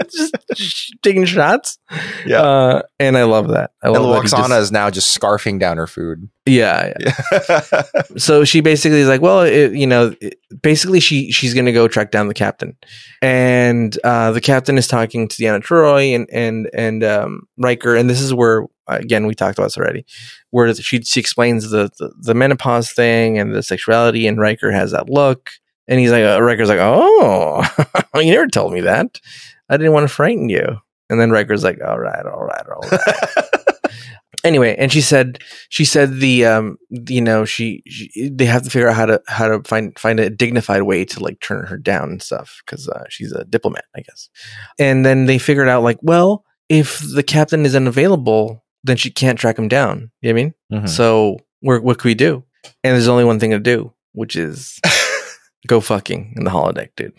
just sh- taking shots.
Yeah.
Uh, and I love that. I
and
love that he
Luxana
Oh, just-
is now just scarfing down her food.
yeah, yeah. So she basically is like, well, it, you know, it- basically she she's gonna go track down the captain, and uh, the captain is talking to Deanna Troy and and and um, Riker, and this is where again we talked about this already, where she she explains the, the the menopause thing and the sexuality, and Riker has that look, and he's like, uh, Riker's like, oh, you never told me that, I didn't want to frighten you. And then Riker's like, all right, all right, all right. anyway, and she said, she said the, um, you know, she, she they have to figure out how to how to find find a dignified way to like turn her down and stuff because uh, she's a diplomat, I guess. And then they figured out like, well, if the captain is unavailable, then she can't track him down. You know what I mean?
Hmm.
So we're, what can we do? And there's only one thing to do, which is go fucking in the holodeck, dude.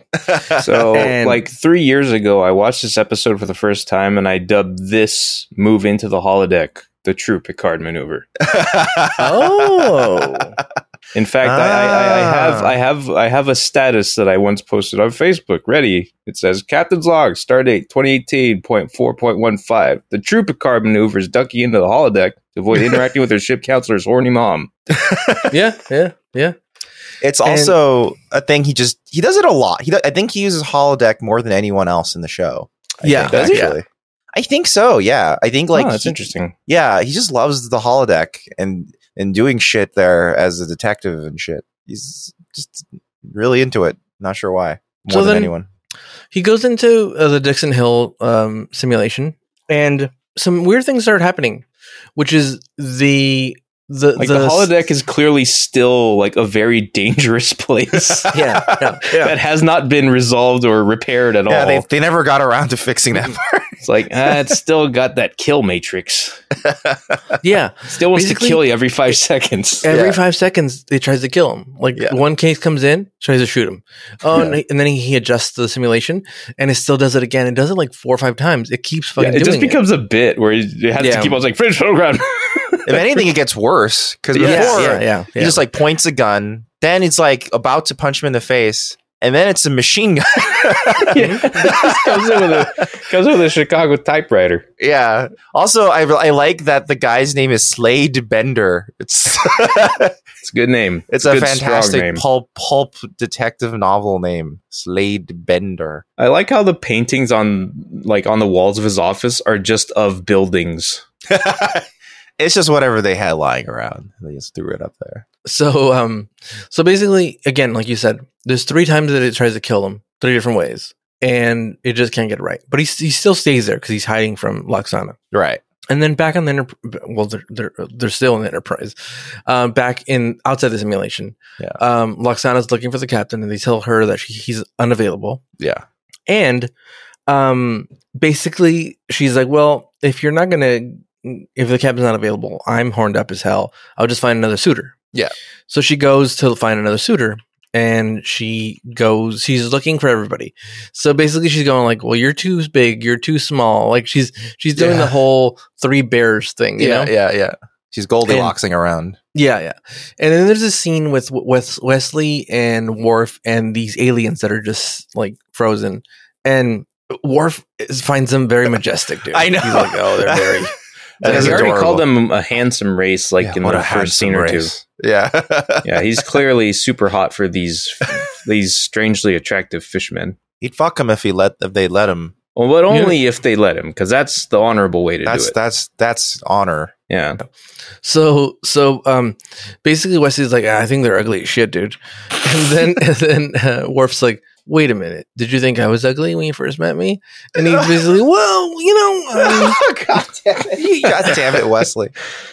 So,
And-
like three years ago, I watched this episode for the first time, and I dubbed this move into the holodeck the true Picard maneuver.
Oh.
In fact, I, I, I I
Ah.
have I have I have a status that I once posted on Facebook. Ready? It says Captain's log, stardate 2018.4.15. The true Picard maneuvers ducky into the holodeck to avoid interacting with her ship counselor's horny mom.
yeah, yeah, yeah.
It's
And-
also a thing he just he does it a lot. He do- I think he uses holodeck more than anyone else in the show. I
Yeah.
think,
Does he?
actually. I think so. Yeah, I think like
Like Oh, that's
he-
interesting.
yeah, he just loves the holodeck and and doing shit there as a detective and shit. He's just really into it. Not sure why. More
So
than
then-
anyone.
He goes into uh, the Dixon Hill um, simulation, and some weird things start happening, which is the the
Like the, holodeck is clearly still like a very dangerous place
Yeah, yeah, yeah.
that has not been resolved or repaired at
Yeah,
all.
they they never got around to fixing that
It's like ah, it's still got that kill matrix.
yeah.
Still wants
Basically-
to kill you every five seconds.
Every
Yeah.
five seconds, they tries to kill him. Like
Yeah.
one case comes in, tries to shoot him. Oh, and, and then he, he adjusts the simulation, and it still does it again. It does it like four or five times. It keeps
Yeah,
fucking.
it
doing
just becomes a bit where you you have
Yeah.
to keep on like finish program.
if anything, it gets worse because
Yeah,
before
yeah, yeah,
he
yeah.
just like points a gun, then it's like about to punch him in the face, and then it's a machine gun.
comes in with a comes in with a Chicago typewriter.
yeah. Also, I I like that the guy's name is Slade Bender. It's
It's a good name.
it's
a
a
good, strong
fantastic pulp pulp detective novel name, Slade Bender.
I like how the paintings on like on the walls of his office are just of buildings.
it's just whatever they had lying around. They just threw it up there.
So um so basically again like you said there's three times that it tries to kill him three different ways and it just can't get it right but he, he still stays there cuz he's hiding from Loxana.
Right.
And then back on the Enter- well they're, they're they're still in the Enterprise. Um back in outside the simulation.
Yeah.
Um Loxana's looking for the captain and they tell her that she, he's unavailable
Yeah.
and um basically she's like well if you're not gonna if the captain's not available i'm horned up as hell i'll just find another suitor
Yeah.
so she goes to find another suitor and she goes she's looking for everybody so basically she's going like well you're too big you're too small like she's she's doing
Yeah.
the whole three bears thing you know
yeah, yeah. She's Goldilocksing around.
yeah, yeah. And then there's a scene with Wes- Wesley and Worf and these aliens that are just like frozen. And Worf is, finds them very majestic, dude.
I know.
He's like, oh, they're very.
That
Like,
is
he already
adorable.
called them a handsome race, like in
what
the
a
first scene
handsome
or two.
race. Yeah.
Yeah, he's clearly super hot for these these strangely attractive fishmen.
He'd fuck him if he let if they let him.
Well, but only if they let him, because that's the honorable way to
That's
do it.
that's that's honor.
yeah,
So, so, um, basically, Wesley's like, "Ah, I think they're ugly as shit, dude. And then, and then uh, Worf's like, wait a minute. Did you think I was ugly when you first met me? And he's basically, well, you know, um,
God damn it! God damn it, Wesley.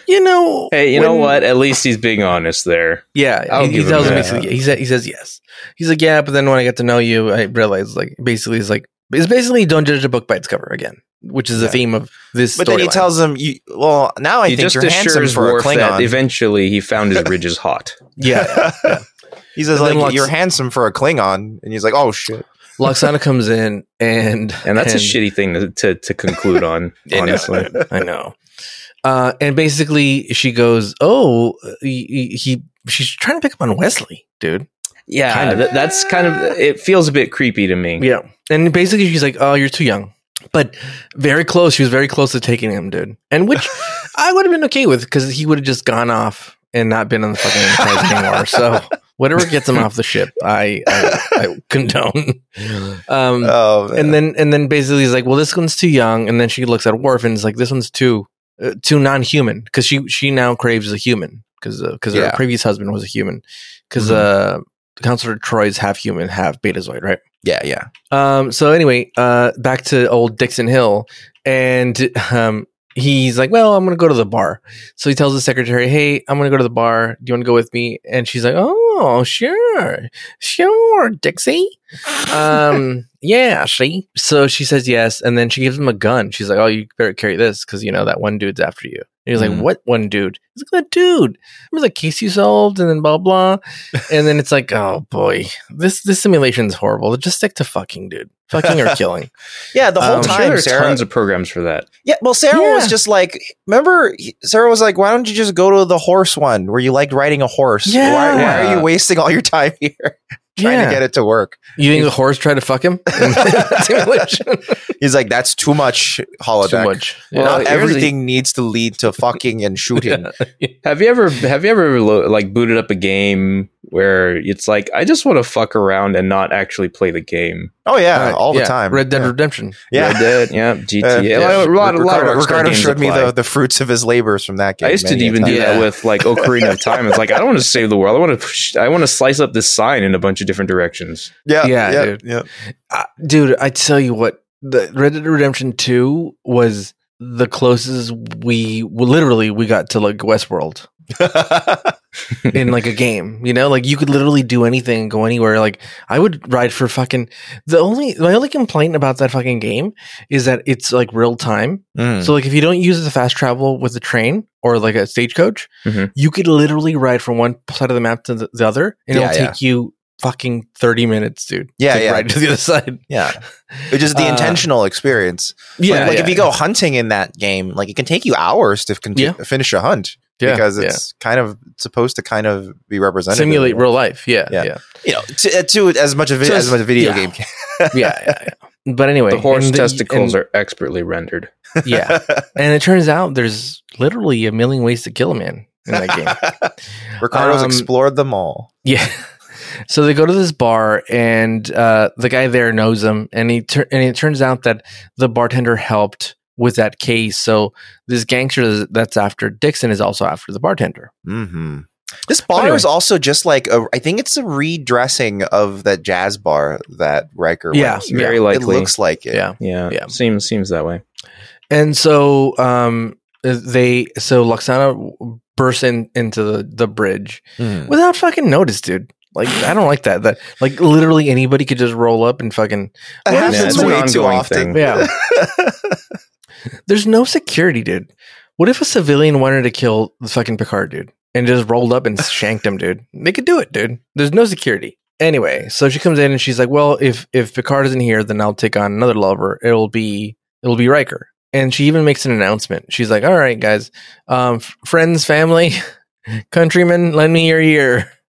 you know.
Hey, you know
when-
what? At least he's being honest there.
Yeah,
I'll
he, he
give him
tells him
that.
basically. He said he says yes. He's like, yeah, but then when I got to know you, I realized like basically it's like it's basically don't judge a book by its cover again, which is the
Yeah.
theme of this.
But then he
storyline.
tells him, "You well, now I
he
think
just
you're handsome
assures
for a
Worf that
Klingon."
eventually he found his ridges hot.
yeah.
he says,
And
"Like
then Lux-
you're handsome for a Klingon," and he's like, "Oh shit!"
Loxana comes in and
And that's a shitty thing to, to, to conclude on,
I know.
honestly.
I know. Uh, and basically, she goes, "Oh, he, he." She's trying to pick up on Wesley, dude.
yeah,
Kind of.
th- that's kind of, it feels a bit creepy to me.
Yeah. And basically, she's like, "Oh, you're too young," but very close. She was very close to taking him, dude. And which I would have been okay with because he would have just gone off and not been on the fucking Enterprise anymore. So whatever gets him off the ship, I I, I condone. Um,
Oh, man.
and then and then basically he's like, "Well, this one's too young," and then she looks at Worf and is like, "This one's too uh, too non-human," because she she now craves a human uh, because because
Yeah. Mm-hmm.
her previous husband was a human because Counselor Troy's half human, half Betazoid, right?
Yeah, yeah.
Um, so anyway, uh, back to old Dixon Hill, and um, he's like, "Well, I'm gonna go to the bar." So he tells the secretary, "Hey, I'm gonna go to the bar. Do you want to go with me?" And she's like, "Oh, sure, sure, Dixie. Um, yeah, she." So she says yes, and then she gives him a gun. She's like, "Oh, you better carry this because you know that one dude's after you." And he's
Mhm.
like, "What one dude?" He's like, "That dude." It was like case you solved, and then blah blah, and then it's like, "Oh boy, this this simulation's horrible. Just stick to fucking dude, fucking or killing."
Yeah, the whole
Um,
I'm sure
time
there's
Sarah.
tons of programs for that.
yeah, well, Sarah was
Yeah.
just like, remember, he- Sarah was like, why don't you just go to the horse one where you liked riding a horse?
Yeah.
Why, why are
Yeah.
you wasting all your time here trying to get it to work?
You think the horse tried to fuck him? Simulation.
He's like, that's too much holodeck.
Too much.
Yeah.
Not
Well, here's
everything needs to lead to fucking and shooting.
Have you ever have you ever lo- like booted up a game where it's like I just want to fuck around and not actually play the game?
Oh yeah,
Alright,
all the
yeah.
time.
Red Dead
Yeah.
Redemption.
Yeah.
Red Dead, yeah,
Uh,
GTA.
yeah.
A lot, a lot
Ricardo,
of Rockstar
Ricardo
games
showed me
apply.
the, the fruits of his labors from that game.
I used to
many a
even do
time.
that
Yeah.
with like Ocarina of Time. It's like I don't want to save the world. I want to I want to slice up this sign in a bunch of different directions.
Yeah, yeah,
Yeah,
yeah.
dude. Uh, dude, I tell you what, the Red Dead Redemption 2 was the closest we literally we got to like Westworld in like a game, you know? Like you could literally do anything and go anywhere. Like I would ride for fucking the only my only complaint about that fucking game is that it's like real time.
Mm.
So like if you don't use the fast travel with the train or like a stagecoach,
Mhm.
you could literally ride from one side of the map to the, the other and
Yeah,
it'll
yeah.
take you fucking 30 minutes, dude.
Yeah,
to
yeah.
Ride to the other side.
yeah. It's just the
Uh,
intentional experience.
Yeah.
like, like if you go hunting in that game, like it can take you hours to conti-
Yeah.
finish a hunt because it's kind of supposed to kind of be represented.
simulate real life. Yeah.
Yeah.
Yeah. Yeah.
you know, to, uh, to as much of it
So
as
it's-
much video
yeah.
game. Can.
yeah, yeah. But anyway,
The horse
and
testicles
and-
are expertly rendered.
yeah. And it turns out there's literally a million ways to kill a man in that game.
Ricardo's
Um,
explored them all.
Yeah. So they go to this bar, and uh, the guy there knows him, and he tur- and it turns out that the bartender helped with that case. So this gangster that's after Dixon is also after the bartender.
hmm This bar
Anyway.
is also just like a. I think it's a redressing of that jazz bar that Riker.
Yeah,
went to.
yeah.
Very
it
likely.
looks like it.
Yeah,
yeah,
Yeah.
Seems seems that way.
and so um, they so Luxana bursts in, into the, the bridge
Mhm.
without fucking notice, dude. Like I don't like that. That like literally anybody could just roll up and fucking
It
Yeah,
happens
it's an
way too
ongoing
often.
thing.
yeah. There's no security, dude. What if a civilian wanted to kill the fucking Picard dude and just rolled up and shanked him, dude? They could do it, dude. There's no security. Anyway, so she comes in and she's like, "Well, if if Picard isn't here, then I'll take on another lover. It'll be it'll be Riker." And she even makes an announcement. She's like, "All right, guys, um, f- friends, family, countrymen, lend me your ear.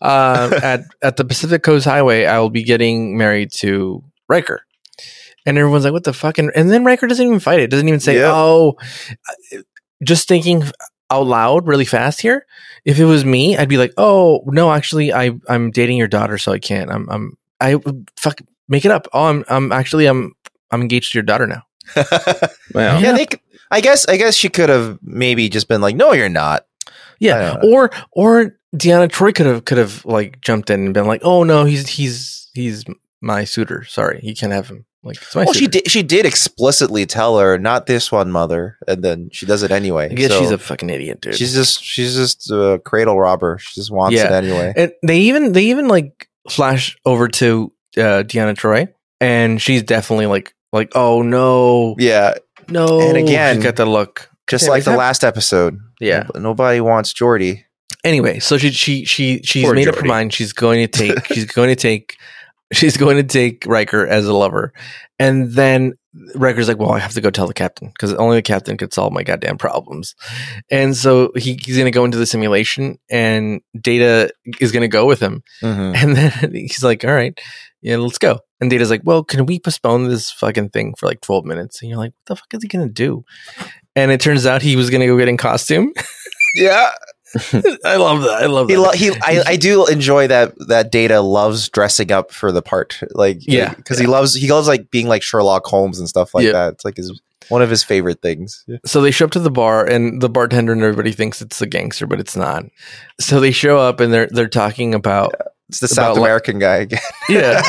Uh, at at the Pacific Coast Highway, I will be getting married to Riker." And everyone's like, "What the fuck?" And, and then Riker doesn't even fight it. Doesn't even say,
Yeah.
"Oh." Just thinking out loud, really fast here. If it was me, I'd be like, "Oh no, actually, I I'm dating your daughter, so I can't. I'm I'm I fuck make it up. Oh, I'm I'm actually I'm I'm engaged to your daughter now."
Well,
yeah, they. c- I guess. I guess she could have maybe just been like, "No, you're not."
Yeah,
Yeah.
or or Deanna Troy could have could have like jumped in and been like, "Oh no, he's he's he's my suitor. Sorry, you can't have him." Like, it's my
well, she
suitor."
did. She did explicitly tell her, "Not this one, mother," and then she does it anyway.
I guess
So
she's a fucking idiot, dude.
She's just. She's just a cradle robber. She just wants it
Yeah.
anyway.
and they even they even like flash over to uh, Deanna Troy, and she's definitely like like, "Oh no,
Yeah,
no,"
And again-
she's got the look.
just
Damn,
like
is
the
that-
last episode.
Yeah.
Nob- nobody wants Jordy.
anyway, so she she she she's
Poor
made up her
Jody.
mind. She's going to take she's going to take she's going to take Riker as a lover, and then Riker's like, "Well, I have to go tell the captain because only the captain could solve my goddamn problems." And so he, he's going to go into the simulation, and Data is going to go with him.
Mhm.
And then he's like, "All right, yeah, let's go." And Data's like, "Well, can we postpone this fucking thing for like twelve minutes?" And you're like, "What the fuck is he going to do?" And it turns out he was going to go get in costume.
Yeah,
I love that. I love that.
he. Lo- he. I, I. do enjoy that. That Data loves dressing up for the part. Like,
Yeah.
because he loves. He loves like being like Sherlock Holmes and stuff like
Yeah.
that. It's like his one of his favorite things.
So they show up to the bar, and the bartender and everybody thinks it's the gangster, but it's not. So they show up, and they're they're talking about
It's the South
About-
American guy again.
Yeah.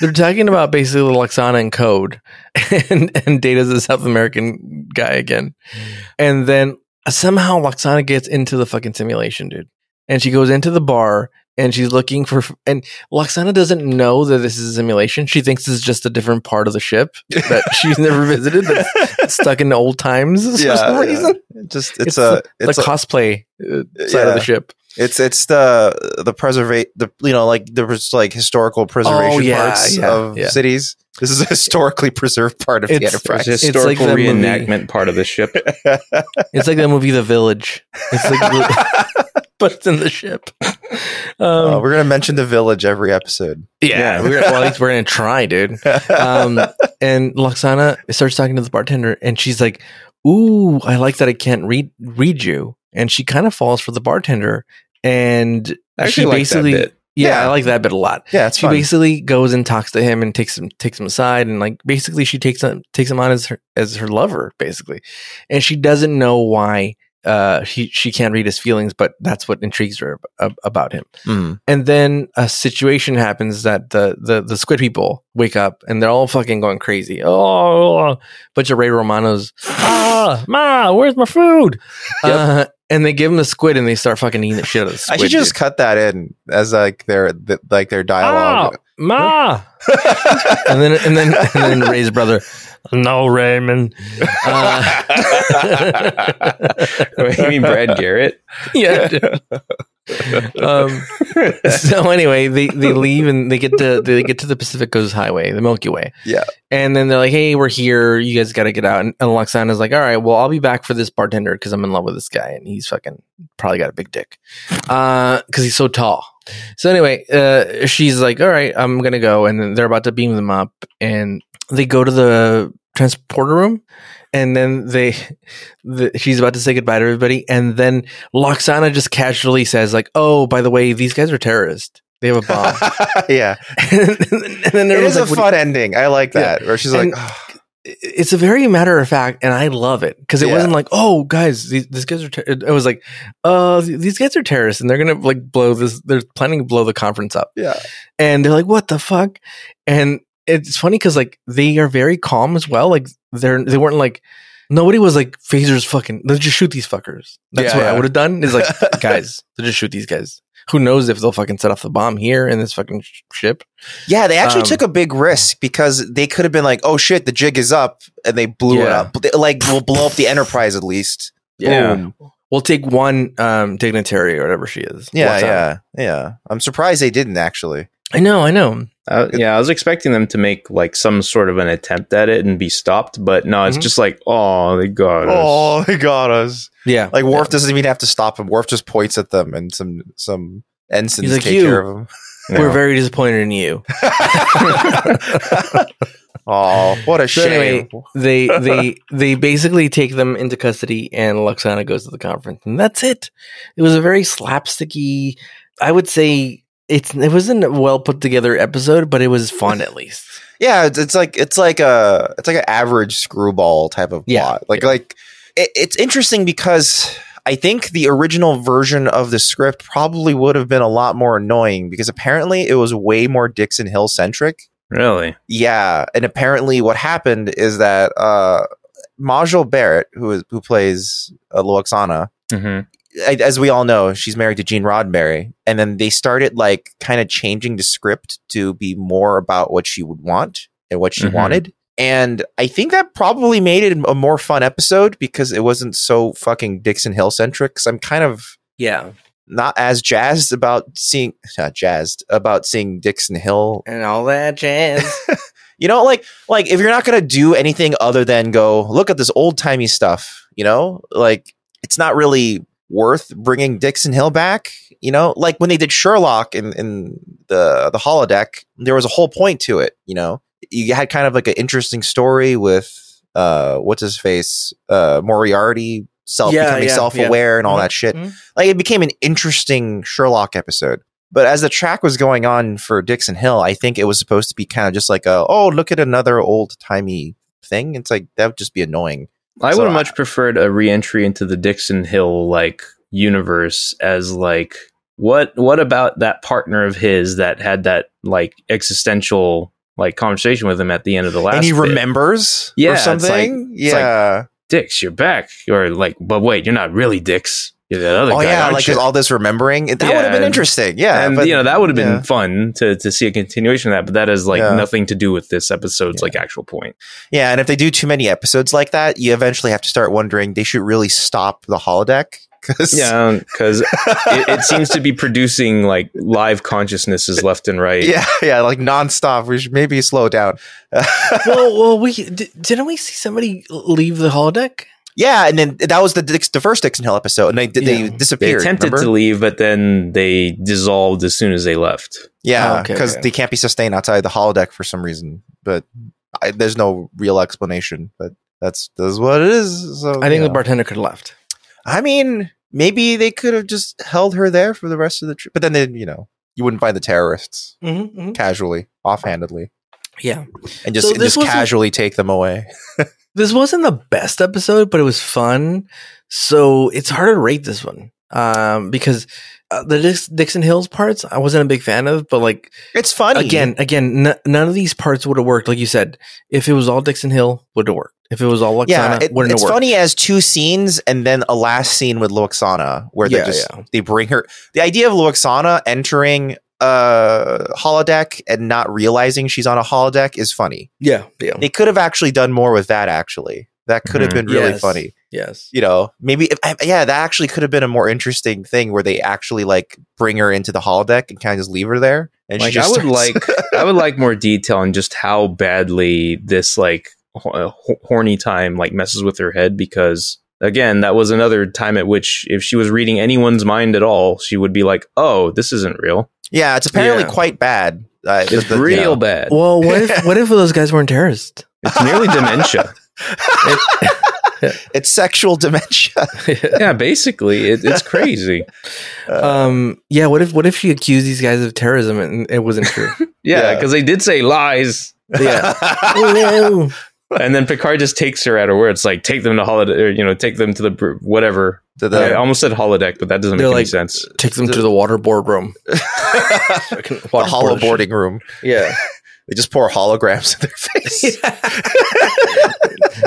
They're talking about basically Lexana and Code, and and Data's the South American guy again, and then somehow Lexana gets into the fucking simulation, dude, and she goes into the bar and she's looking for and Lexana doesn't know that this is a simulation. She thinks it's just a different part of the ship that she's never visited that's stuck in old times for
Yeah,
some
yeah.
reason.
Just it's,
It's
a
The
it's a,
cosplay uh, side of
Yeah.
the ship.
It's it's the the preservate the you know like the pres- like historical preservation
Oh, yeah,
parts
yeah,
of
yeah.
cities. This is a historically preserved part of the
It's-
Enterprise.
It's a
It's like
historical
that movie.
reenactment part of the ship.
It's like the movie The Village. It's like, the- but it's in the ship. Um,
Uh, we're gonna mention the village every episode.
Yeah,
Yeah.
we're, well, at least we're gonna try, dude. Um, and Loxana starts talking to the bartender, and she's like, "Ooh, I like that. I can't read read you." And she kind of falls for the bartender, and
I actually like that
basically,
bit.
yeah,
Yeah.
I like that bit a lot.
yeah, it's
she
fun.
basically goes and talks to him and takes him takes him aside, and like basically she takes him takes him on as her as her lover, basically, and she doesn't know why uh he she can't read his feelings, but that's what intrigues her ab- about him
Mm.
and then a situation happens that the the the squid people wake up and they're all fucking going crazy. Oh, bunch of Ray Romanos. Ah, ma, where's my food? Uh, and they give them the squid and they start fucking eating the shit out of the
I
squid.
should just
dude.
cut that in as like their th- like their
ah,
dialogue.
ma. and then and then and then Ray's brother. No, Raymond. Uh,
you mean Brad Garrett?
yeah. dude. Um, so anyway, they, they leave and they get to they get to the Pacific Coast Highway, the Milky Way.
Yeah.
And then they're like, "Hey, we're here. You guys got to get out." And, and Loxana's like, "All right, well, I'll be back for this bartender because I'm in love with this guy and he's fucking probably got a big dick because he's so tall." So anyway, uh, she's like, "All right, I'm gonna go," and then they're about to beam them up, and they go to the transporter room, and then they, the, she's about to say goodbye to everybody, and then Loxana just casually says, "Like, oh, by the way, these guys are terrorists. They have a bomb."
Oh. yeah,
and then
it
everyone's like,
is a
"What do you-
fun ending. I like
Yeah.
that. Where she's
And-
like, "Oh,
it's a very matter of fact, and I love it because it
Yeah.
wasn't like, oh, guys, these, these guys are. Ter-. It was like, uh, th- these guys are terrorists, and they're gonna like blow this. They're planning to blow the conference up.
Yeah.
and they're like, what the fuck? And it's funny because like they are very calm as well. Like they're they weren't like nobody was like phasers. Fucking, let's just shoot these fuckers. That's
Yeah,
what I
yeah.
would have done. Is like, guys, let's just shoot these guys. Who knows if they'll fucking set off the bomb here in this fucking sh- ship?
Yeah, they actually
Um,
took a big risk because they could have been like, "Oh shit, the jig is up," and they blew it
Yeah.
up. But they- Like, we'll blow up the Enterprise at least.
Yeah.
Boom.
We'll take one um, dignitary or whatever she is.
yeah,
Loxana.
yeah, yeah. I'm surprised they didn't actually.
I know, I know.
Uh, yeah, I was expecting them to make like some sort of an attempt at it and be stopped, but no, it's
Mhm.
just like, oh, they got us.
Oh, they got us!
Yeah.
Like Worf doesn't even have to stop him. Worf just points at them, and some some ensigns
He's like,
take
"You."
care of him.
We're very disappointed in you.
Oh, what a
So
shame!
anyway, They they they basically take them into custody and Luxana goes to the conference and that's it. It was a very slapsticky I would say it's it wasn't a well put together episode, but it was fun at least.
Yeah, it's, it's like it's like a it's like an average screwball type of
Yeah,
plot. Like like it, it's interesting because I think the original version of the script probably would have been a lot more annoying because apparently it was way more Dixon Hill centric.
Really?
Yeah, and apparently what happened is that uh Majel Barrett, who is who plays uh, Loxana,
Mm-hmm.
I- as we all know, she's married to Gene Roddenberry, and then they started like kind of changing the script to be more about what she would want and what she
Mhm.
wanted. And I think that probably made it a more fun episode because it wasn't so fucking Dixon Hill centric. Because I'm kind of
Yeah.
not as jazzed about seeing not jazzed about seeing Dixon Hill.
And all that jazz.
You know, like like if you're not gonna do anything other than go look at this old timey stuff, you know, like it's not really worth bringing Dixon Hill back. You know, like when they did Sherlock in in the the holodeck, there was a whole point to it. You know, you had kind of like an interesting story with uh what's his face uh Moriarty self
Yeah,
becoming
yeah,
self aware and all
Mhm,
that shit.
mhm.
Like it became an interesting Sherlock episode. But as the track was going on for Dixon Hill, I think it was supposed to be kind of just like a oh look at another old timey thing. It's like that would just be annoying.
I
So
would
I-
have much preferred a re-entry into the Dixon Hill like universe as like what what about that partner of his that had that like existential like conversation with him at the end of the last
and he
bit?
remembers
Yeah,
or
it's like-
something.
it's like-
yeah.
Dix, you're back. Or like, but wait, you're not really Dix. You're that other
oh
guy.
yeah,
aren't
like
you?
there's all this remembering. That
Yeah,
would have been
and-
interesting. Yeah,
and
but-
you know that would have been
yeah.
fun to to see a continuation of that, but that is like
Yeah.
nothing to do with this episode's
Yeah.
like actual point.
Yeah, and if they do too many episodes like that, you eventually have to start wondering they should really stop the holodeck because
Yeah, because it, it seems to be producing like live consciousnesses left and right.
yeah, yeah, like nonstop. We should maybe slow down.
well, well, we di- didn't we see somebody leave the holodeck?
yeah, and then that was the Dix, the first Dixon Hill episode, and they
Yeah.
they
They
disappeared.
attempted
remember?
to leave, but then they dissolved as soon as they left.
Oh,
yeah,
okay,
because
yeah.
they can't be sustained outside the holodeck for some reason. But I, there's no real explanation. But that's that's what it is. So
I think
you
the
know.
bartender could have left.
I mean, maybe they could have just held her there for the rest of the trip. But then, they, you know, you wouldn't find the terrorists
Mm-hmm,
casually, offhandedly,
Yeah,
and just
So
and
this
just
wasn't-
casually take them away.
this wasn't the best episode, but it was fun. So it's hard to rate this one um, because uh, the Dix- Dixon Hills parts I wasn't a big fan of, but like
It's funny
Again, again, n- none of these parts would have worked. Like you said, if it was all Dixon Hill, would have worked. If it was all Luxana,
Yeah, it-
wouldn't
it's
have worked.
funny as two scenes and then a last scene with Luxana where
Yeah,
they just
yeah.
they bring her the idea of Luxana entering a holodeck and not realizing she's on a holodeck is funny.
Yeah, yeah,
They could have actually done more with that actually. That could have
Mhm.
been really
Yes.
funny.
yes.
you know, maybe if, I- yeah, that actually could have been a more interesting thing where they actually like bring her into the holodeck and kind of just leave her there. And
like
she
I
just
would
starts-
like I would like more detail on just how badly this like ho- uh, ho- horny time like messes with her head because again that was another time at which if she was reading anyone's mind at all she would be like oh this isn't real
yeah, it's apparently
Yeah.
quite bad. Uh,
it's
the- the-
real
you know.
bad
Well, what if what if those guys weren't terrorists?
it's nearly dementia
It's sexual dementia.
yeah basically it, it's crazy
Uh.
um, yeah. What if what if she accused these guys of terrorism and it wasn't true?
yeah
Yeah.
because they did say lies
yeah. no.
and then Picard just takes her at her word it's like take them to holiday or, you know take them to the br- whatever
To
I
the,
almost said holodeck but that doesn't
They're
make any
like-
sense
Take them to the water board room.
the hollow boarding room.
Yeah.
They just pour holograms in their face.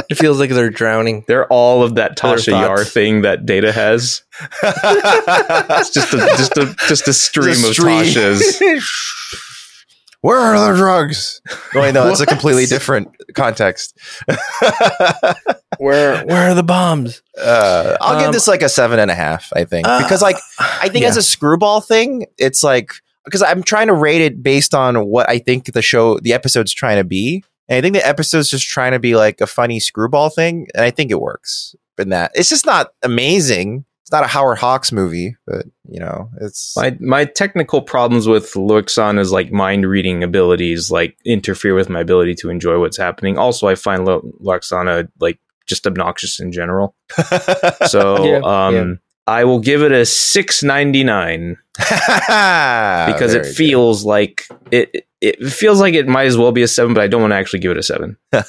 it feels like they're drowning.
They're all of that
Other
Tasha Yar
thoughts?
thing that Data has. It's just a just a just a stream
The
of
stream.
Tasha's.
Where are the drugs? No, wait, no, it's a
What?
completely different context.
Where where are the bombs?
Uh, I'll
Um,
give this like a seven and a half, I think,
Uh,
because like I think
yeah.
as a screwball thing, it's like because I'm trying to rate it based on what I think the show, the episode's trying to be, and I think the episode's just trying to be like a funny screwball thing, and I think it works in that. It's just not amazing. It's not a Howard Hawks movie, but you know, it's
My my technical problems with Luxana's like mind reading abilities like interfere with my ability to enjoy what's happening. Also, I find Lu- Luxana like just obnoxious in general. So
Yeah,
um
yeah.
I will give it a six ninety nine because it
Very
feels like it it feels like it might as well be a seven, but I don't want to actually give it a seven.
good.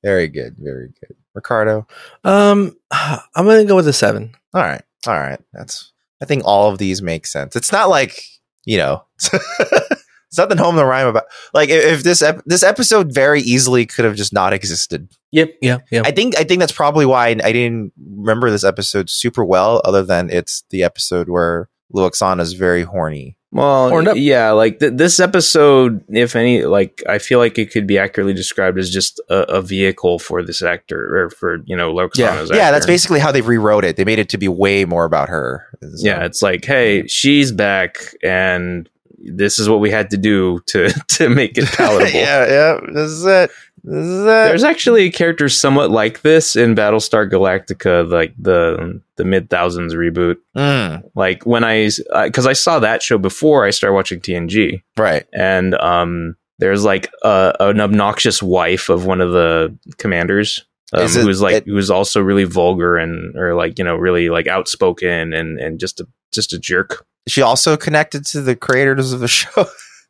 very good, very good, Ricardo.
Um, I'm gonna go with a seven.
All right. All right. That's I think all of these make sense. It's not like, you know, it's nothing home to rhyme about. Like if, if this ep- this episode very easily could have just not existed.
Yep. Yeah. Yeah.
I think I think that's probably why I didn't remember this episode super well other than it's the episode where Luoxana is very horny.
Well,
Horned up.
yeah, like th- this episode, if any, like I feel like it could be accurately described as just a, a vehicle for this actor or for you know Loxana's
Yeah.
actor.
Yeah, that's basically how they rewrote it. They made it to be way more about her. So-
Yeah, it's like, hey, she's back, and this is what we had to do to to make it palatable.
yeah, yeah. This is it. This is it.
There's actually a character somewhat like this in Battlestar Galactica, like the the mid thousands reboot.
Mm,
Like when I, because I saw that show before I started watching TNG.
right.
and um, there's like a, an obnoxious wife of one of the commanders um,
Is it-
who's like
it-
who's also really vulgar and or like you know really like outspoken and and just a just a jerk.
Is she also connected to the creators of the show?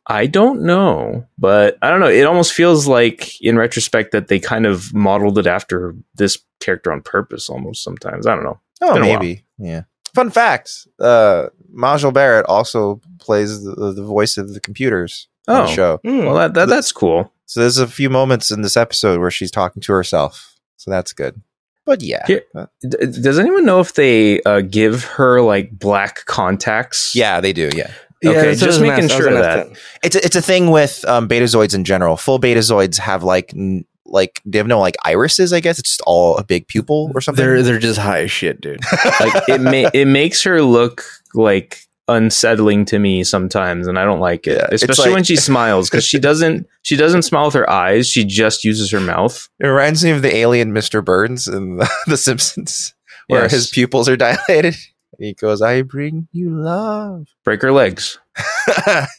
I don't know, but I don't know. It almost feels like in retrospect that they kind of modeled it after this character on purpose almost sometimes. I don't know.
Oh,
been a while.
maybe. Yeah. fun fact: uh, Majel Barrett also plays the, the voice of the computers on the
Oh.
show.
Hmm, well, that, that that's cool.
So there's a few moments in this episode where she's talking to herself. So that's good. But yeah,
Here-
uh,
D- does anyone know if they uh, give her like black contacts?
yeah, they do. Yeah,
that's
Okay,
what I
just
was gonna
making
ask. I was
sure
gonna
that.
ask
it's a, it's a thing with um, betazoids in general. Full betazoids have like n- like they have no like irises. I guess it's just all a big pupil or something.
They're they're just high as shit, dude.
like it ma- it makes her look like unsettling to me sometimes and i don't like it
Yeah, it's
especially
like-
when she smiles because she doesn't she doesn't smile with her eyes she just uses her mouth
It reminds me of the alien Mr. Burns in The, the Simpsons, where
Yes.
his pupils are dilated. He goes, "I bring you love."
break her legs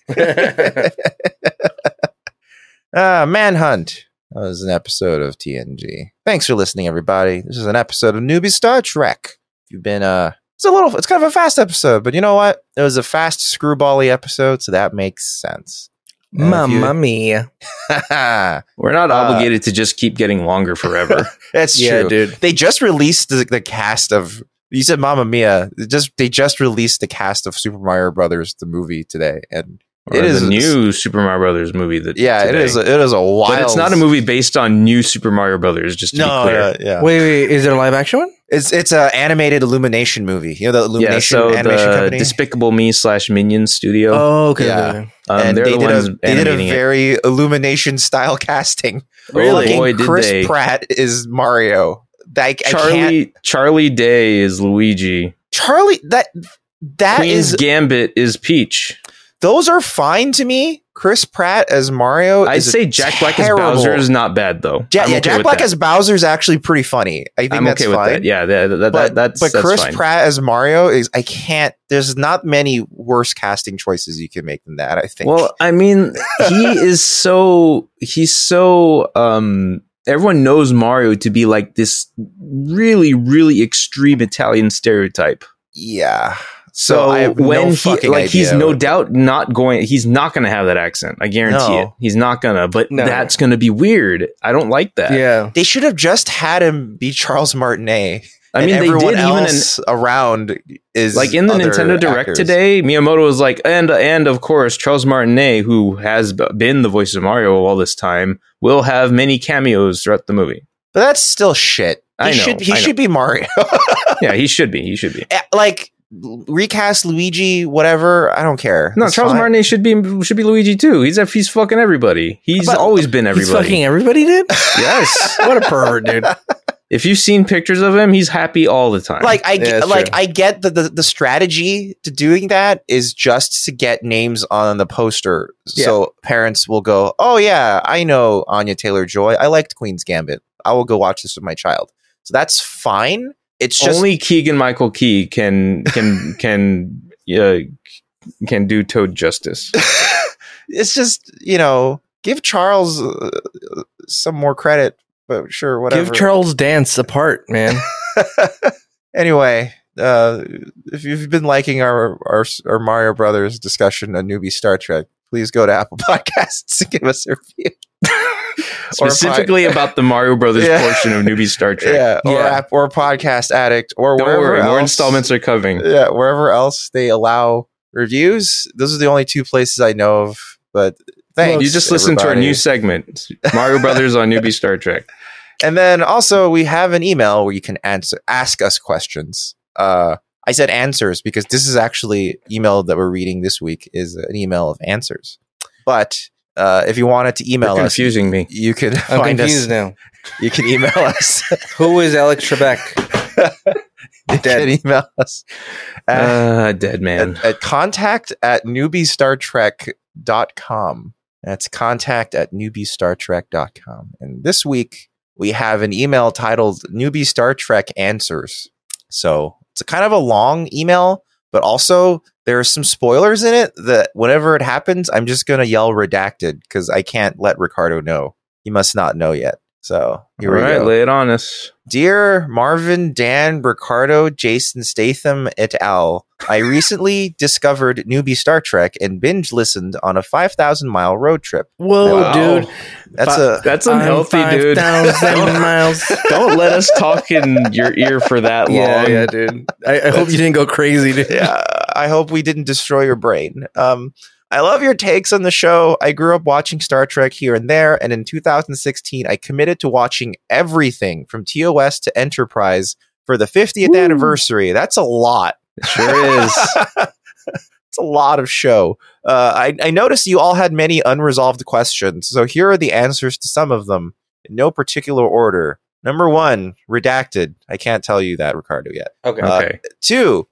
Ah, Manhunt. That was an episode of TNG. Thanks for listening, everybody. This is an episode of Newbie Star Trek. If you've been, uh, it's a little, it's kind of a fast episode, but you know what? It was a fast screwbally episode, so that makes sense. And if
Mamma mia.
you-
we're not
Uh,
obligated to just keep getting longer forever
That's true.
dude.
They just released the, the cast of. You said Mamma Mia. It Just they just released the cast of Super Mario Brothers the movie today, and
Or
It is-
the new super mario brothers movie that
yeah,
today.
it is. A, it is a wild.
but it's not a movie based on new super mario brothers just to
No, uh,
be clear
no, yeah.
Wait, wait, is there a live action one?
It's it's a animated Illumination movie. You know the
yeah,
Illumination
so
animation
the
company.
Despicable Me slash Minions studio.
Oh, okay.
Yeah.
okay, okay.
um,
and
they're
they
the
did
ones
a they did a
animating it.
very Illumination style casting.
Oh
Fucking
boy, did
Chris
they!
Pratt is Mario. Like I can't,
Charlie Charlie Day is Luigi.
Charlie that that is.
Queen's Gambit is Peach.
those are fine to me. Chris Pratt as Mario.
I'd
Oh, is a
say Jack Black as
terrible-
Bowser is not bad though.
Ja-
I'm
yeah,
okay
Jack
with
Black
that.
as Bowser is actually pretty funny. I think
I'm
that's
okay with
fine.
that. Yeah, that, that, that-
But,
that's
but
that's
Chris
fine.
Pratt as Mario is I can't. There's not many worse casting choices you can make than that. I think.
Well, I mean, he is so he's so um everyone knows Mario to be like this really really extreme Italian stereotype.
yeah.
So,
So, I have
when
no
he like
fucking
he's
idea.
no doubt not going he's not going to have that accent. I guarantee
No.
it. He's not going to, but
No.
that's going to be weird. I don't like that.
Yeah.
They should have just had him be Charles Martinet.
I
and
mean, they
everyone
did even an
else around is
like in the
other
Nintendo Direct
actors.
today, Miyamoto was like, and and of course Charles Martinet, who has b- been the voice of Mario all this time, will have many cameos throughout the movie.
But that's still shit. He
I know,
should he
I know.
should be Mario. Eh,
yeah, he should be. He should be.
like recast Luigi, whatever. I don't care.
No,
It's
Charles
fine.
Martinet should be should be Luigi too. He's a, he's fucking everybody. He's
But-
always been
He's
everybody.
fucking everybody, dude?
yes.
What a pervert, dude.
If you've seen pictures of him, he's happy all the time.
Like I
Yeah,
get
that's
like
true.
I get that the, the strategy to doing that is just to get names on the poster, so parents will go, "Oh yeah, I know Anya Taylor Joy. I liked Queen's Gambit. I will go watch this with my child." So that's fine. It's just
only Keegan Michael Key can can can uh, can do Toad justice.
it's just you know give charles uh, some more credit but sure whatever
Give Charles Dance a part, man.
anyway uh if you've been liking our our, our mario brothers discussion on newbie star trek please go to apple podcasts and give us a review Or pod-
specifically about the Mario Brothers
Yeah.
portion of Newbie Star Trek.
yeah, or
Yeah.
app or podcast addict or
Don't
wherever
worry, more
else-
installments are coming.
yeah wherever else they allow reviews those are the only two places i know of but thanks
you just listen to our
everybody.
new segment, Mario Brothers on Newbie Star Trek.
And then also we have an email where you can answer ask us questions. Uh, I said answers because this is actually email that we're reading this week is an email of answers. But uh, if you wanted to email
You're
us,
confusing me.
you can
I'm
find
confused
us.
now.
You can email us.
Who is Alex Trebek?
you can email us at,
Uh, dead man.
at, at contact at newbiestartrek.com. That's contact at newbiestartrek.com. And this week we have an email titled Newbie Star Trek Answers. So it's a kind of a long email, but also there are some spoilers in it that whenever it happens, I'm just going to yell redacted because I can't let Ricardo know. He must not know yet. So here
All
we
right,
go.
lay it on us.
Dear Marvin, Dan, Ricardo, Jason Statham et al., I recently discovered newbie Star Trek and binge listened on a 5,000 mile road trip.
Whoa,
Wow.
dude.
That's
Fi-
a.
That's unhealthy, dude.
5,000 miles.
Don't let us talk in your ear for that long.
Yeah, yeah, dude. I, I hope you didn't go crazy, dude.
yeah, I hope we didn't destroy your brain. Um, I love your takes on the show. I grew up watching Star Trek here and there, and in 2016, I committed to watching everything from TOS to Enterprise for the 50th
Woo.
anniversary. That's a lot.
Sure is.
It's a lot of show. Uh, I, I noticed you all had many unresolved questions, so here are the answers to some of them in no particular order. Number one, redacted. I can't tell you that, Ricardo, yet.
Okay.
Two,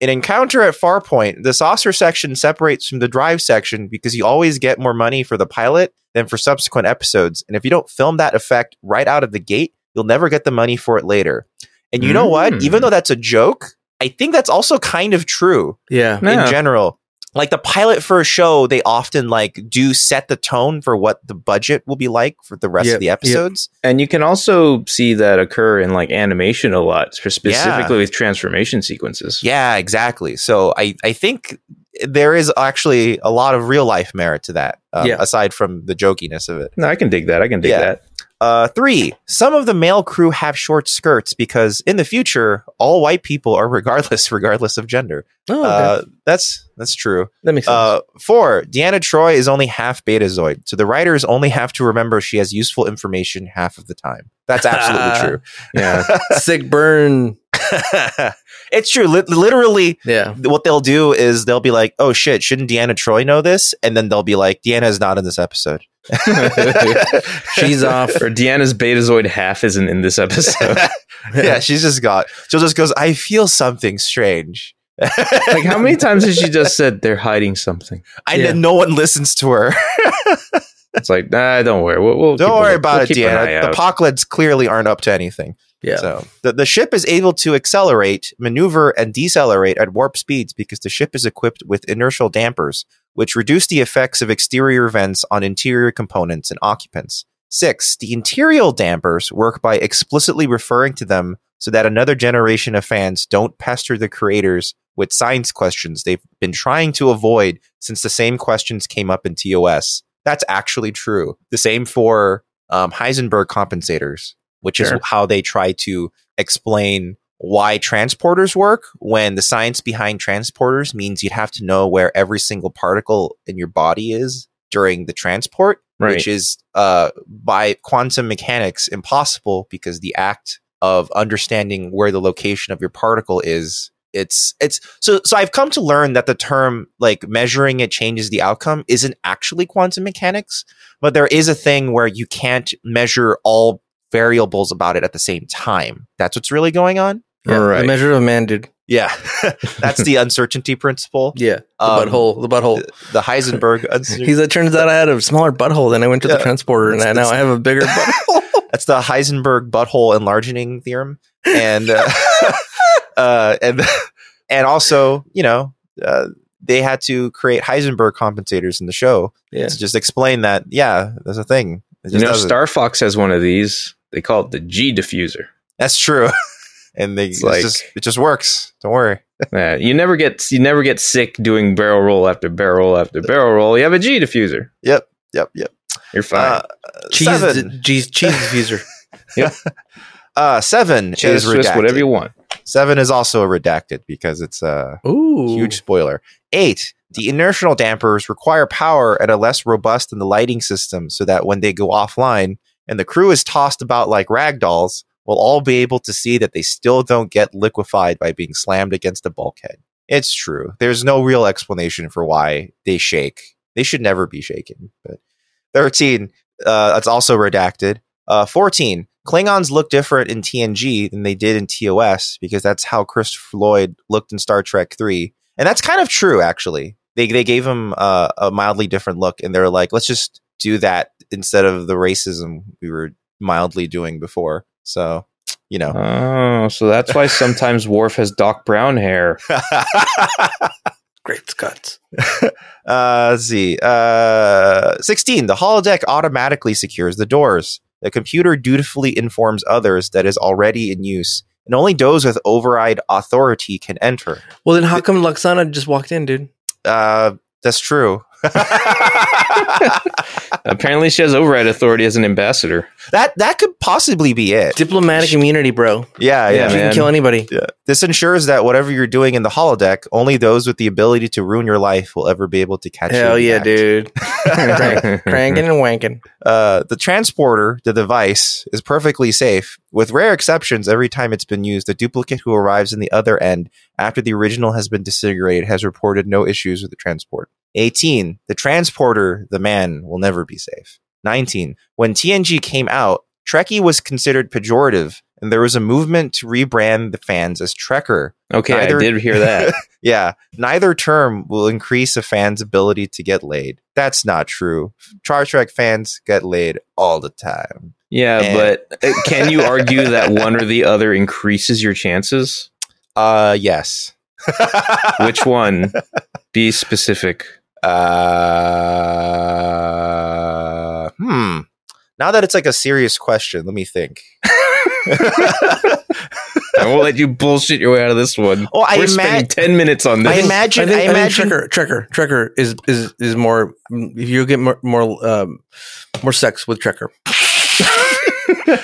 an encounter at Farpoint. The saucer section separates from the drive section because you always get more money for the pilot than for subsequent episodes. And if you don't film that effect right out of the gate, you'll never get the money for it later. And you know what?
Mm.
Even though that's a joke, I think that's also kind of true
Yeah.
Yeah.
in general. Like the pilot for a show, they often like do set the tone for what the budget will be like for the rest
Yep,
of the
yep.
episodes.
and you can also see that occur in like animation a lot, spe- specifically with transformation sequences.
Yeah, exactly. So I, I think there is actually a lot of real life merit to that, um,
Yeah.
aside from the jokiness of it.
No, I can dig that. I can dig
Yeah.
that.
Uh, three, some of the male crew have short skirts because in the future, all white people are regardless, regardless of gender.
Oh, okay.
Uh, that's that's true.
that makes sense.
Uh, four, Deanna Troy is only half Betazoid, so the writers only have to remember she has useful information half of the time. That's absolutely true.
Yeah.
uh, Sick burn.
it's true. Lit literally,
Yeah.
what they'll do is they'll be like, "Oh shit, shouldn't Deanna Troy know this?" And then they'll be like, "Deanna is not in this episode."
She's off.
or Deanna's Betazoid half isn't in this episode.
yeah, she's just got. She just goes, "I feel something strange."
like, how many times has she just said they're hiding something?
I
Yeah.
no one listens to her.
It's like, nah, don't worry. We'll, we'll keep
Don't
a
worry
look- we'll
about it,
keep an eye
Deanna. The
out.
Pocklids clearly aren't up to anything.
Yeah.
So the, the ship is able to accelerate, maneuver, and decelerate at warp speeds because the ship is equipped with inertial dampers, which reduce the effects of exterior vents on interior components and occupants. Six, the interior dampers work by explicitly referring to them so that another generation of fans don't pester the creators with science questions they've been trying to avoid since the same questions came up in TOS. That's actually true. The same for um, Heisenberg compensators, which
Sure.
is how they try to explain why transporters work when the science behind transporters means you'd have to know where every single particle in your body is during the transport
Right.
which is uh, by quantum mechanics impossible because the act of understanding where the location of your particle is it's it's so so i've come to learn that the term like measuring it changes the outcome isn't actually quantum mechanics but there is a thing where you can't measure all variables about it at the same time that's what's really going on
Yeah.
Right.
The measure of a man, dude.
yeah that's the uncertainty principle
Yeah. The
Um,
butthole. The butthole.
the heisenberg uncertainty
He's like, turns out I had a smaller butthole. Then I went to the
Yeah.
transporter and I,
It's-
now
it's-
I have a bigger butthole.
That's the Heisenberg butthole enlarging theorem, and uh, uh, and and also, you know, uh, they had to create Heisenberg compensators in the show
Yeah.
to just explain that. Yeah, there's a thing. It
You
just
know,
doesn't-
Star Fox has one of these. They call it the G diffuser.
that's true. And they
It's
it's
like-
just it just works. Don't worry.
Yeah, you never get you never get sick doing barrel roll after barrel roll after barrel roll. You have a G diffuser.
Yep. Yep. Yep.
You're fine.
Uh,
Cheese,
Seven.
cheese, cheese diffuser.
Uh, seven
Cheddar
is
Swiss,
redacted.
whatever you want.
Seven is also redacted because it's uh
Ooh.
Huge spoiler. Eight, the inertial dampers require power and are less robust than the lighting system so that when they go offline and the crew is tossed about like rag dolls, we'll all be able to see that they still don't get liquefied by being slammed against a bulkhead. It's true. There's no real explanation for why they shake. They should never be shaken. But 13, uh, that's also redacted. Uh, 14. Klingons look different in TNG than they did in TOS because that's how Christopher Lloyd looked in Star Trek 3. And that's kind of true, actually. They, they gave him uh, a mildly different look, and they're like, let's just do that instead of the racism we were mildly doing before. So, you know.
Oh, so that's why sometimes Worf has Doc Brown hair.
Great Scots.
uh, let's see. Uh, 16. The holodeck automatically secures the doors. The computer dutifully informs others that is already in use, and only those with override authority can enter.
Well, then how come Luxana just walked in, dude?
Uh, that's true.
Apparently, she has override authority as an ambassador.
that that could possibly be it.
Diplomatic immunity, bro.
Yeah, yeah.
Yeah,
Mm-hmm.
you
man.
can kill anybody.
This ensures that whatever you're doing in the holodeck, only those with the ability to ruin your life will ever be able to catch you.
Hell
in
yeah,
the act.
dude. Cranking and wanking.
Uh, the transporter, the device, is perfectly safe. With rare exceptions, every time it's been used, the duplicate who arrives in the other end after the original has been disintegrated has reported no issues with the transport. 18. The transporter, the man, will never be safe. 19. When TNG came out, Trekkie was considered pejorative, and there was a movement to rebrand the fans as Trekker.
Okay,
Neither-
I did hear that.
Yeah, neither term will increase a fan's ability to get laid. That's not true. Star Trek fans get laid all the time.
Yeah,
And-
but uh, can you argue that one or the other increases your chances?
Uh, yes.
Which one? Be specific.
uh, hmm. Now that it's like a serious question, let me think.
I won't let you bullshit your way out of this one.
Oh, I
We're
ima-
spending ten minutes on
I
this.
imagine. I,
I think, I
imagine.
think Trekker, Trekker, Trekker is is is more. You get more more um, more sex with Trekker.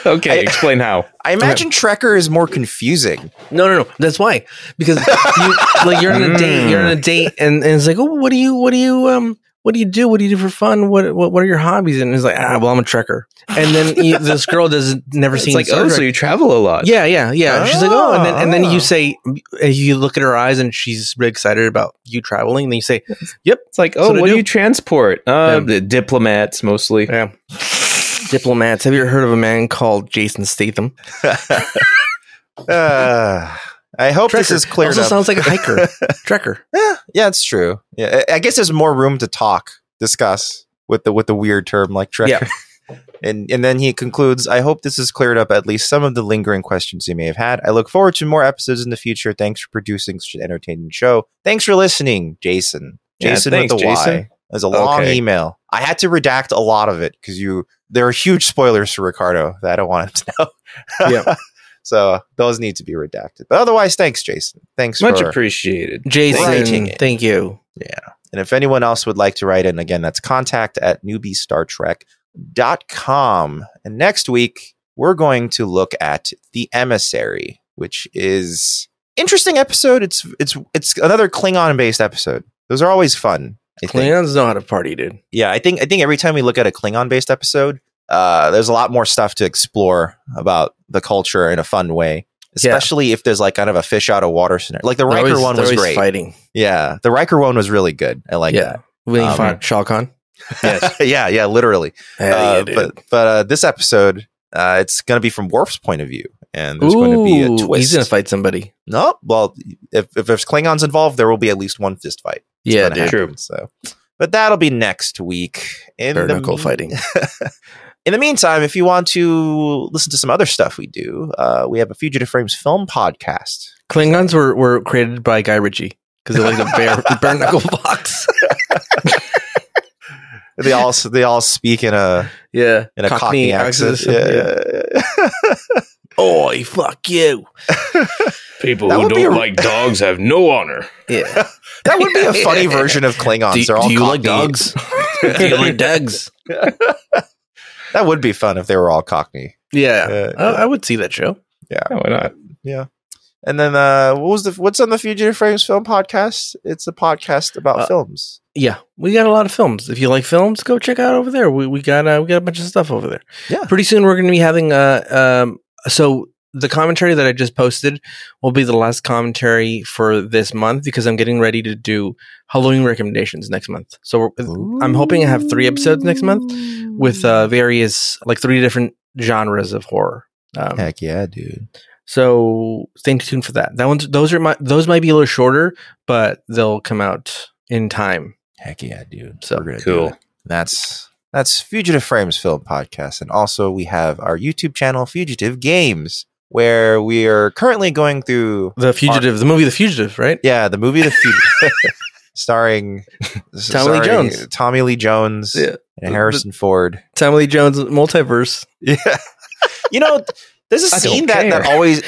okay,
I-
explain how.
I imagine Trekker is more confusing.
No, no, no. That's why because you, like you're on a date, you're on a date, and, and it's like, oh, what do you, what do you, um, what do you do? What do you do for fun? What what, what are your hobbies? And it's like, ah, well, I'm a Trekker. And then you, this girl does never
It's
seen.
like,
Star
oh,
Trek.
so you travel a lot.
Yeah, yeah, yeah. she's like, oh, and then, and then
Oh.
you say, and you look at her eyes, and she's really excited about you traveling. And then you say,
It's like,
So
oh,
to
what do
do-
you transport? Uh,
Yeah.
the diplomats mostly.
yeah. Diplomats, have you ever heard of a man called Jason Statham?
Uh, I hope this
Trekker.
is cleared
also
up.
sounds like a hiker. Trekker.
Yeah, yeah, it's true. Yeah, I I guess there's more room to talk, discuss with the with the weird term like Trek.
Yeah.
And and then he concludes, I hope this has cleared up at least some of the lingering questions you may have had. I look forward to more episodes in the future. Thanks for producing such an entertaining show. Thanks for listening, Jason.
Yeah,
Jason
thanks,
with a Y.
Jason.
It was a long
Okay.
email. I had to redact a lot of it because you there are huge spoilers for Ricardo that I don't want him to know.
Yeah.
so those need to be redacted. But otherwise, thanks, Jason. Thanks
Much
for
appreciated.
Jason,
Writing it.
thank you.
And if anyone else would like to write in, again, that's contact at newbiestartrek.com. And next week, we're going to look at The Emissary, which is interesting episode. It's it's it's another Klingon based episode. Those are always fun. I think.
Klingons know how to party, dude.
Yeah, I think I think every time we look at a Klingon based episode, uh, there's a lot more stuff to explore about the culture in a fun way.
Yeah.
Especially if there's like kind of a fish out of water scenario. Like the
They're
Riker
always-
one
they're
was
always
great.
Fighting,
Yeah, the Riker one was really good. I like
Yeah.
that.
when you
Um,
fought Shao Kahn.
Yes.
yeah, yeah, literally.
Hell
Uh,
yeah, dude.
but but uh, this episode, uh, it's going to be from Worf's point of view, and there's going to be
Ooh,
a twist.
He's gonna fight somebody.
no, well, if, if there's Klingons involved, there will be at least one fist fight. It's
Yeah,
gonna
dude.
happen, So, but that'll be next week. In
Bare
the
knuckle
mean-
fighting.
In the meantime, if you want to listen to some other stuff we do, uh, we have a Fugitive Frames film podcast.
Klingons were, were created by Guy Ritchie because they like the bare, bare knuckle fox.
They all they all speak in a
Yeah,
in a Cockney, accent. Yeah.
Oi, fuck you.
People
That
who
would be
don't
a-
like dogs have no honor.
Yeah.
that would be a funny version of Klingons.
do
They're all
do you like
Cockney.
dogs? do you like dogs?
That would be fun if they were all Cockney.
Yeah,
Uh,
I, I would see that show.
Yeah, Oh, why not?
and then uh, what was the what's on the Fugitive Frames Film Podcast? It's a podcast about
Uh,
films.
Yeah, we got a lot of films. If you like films, go check out over there. We we got uh, we got a bunch of stuff over there.
Yeah.
Pretty soon we're going to be having uh um so the commentary that I just posted will be the last commentary for this month because I'm getting ready to do Halloween recommendations next month. So we're, I'm hoping I have three episodes next month with uh, various like three different genres of horror. Um,
Heck yeah, dude!
So stay tuned for that. That one's those are my those might be a little shorter, but they'll come out in time.
Heck yeah, dude!
So,
gonna do
cool.
it. That's that's Fugitive Frames Film Podcast, and also we have our YouTube channel, Fugitive Games, where we are currently going through
The Fugitive, the movie The Fugitive, right?
yeah the movie The Fugitive, starring
Tommy Lee Jones.
Tommy Lee Jones,
Yeah.
and Harrison Ford.
Tommy Lee Jones multiverse.
Yeah. you know, there's a
I don't
scene that, that
care.
always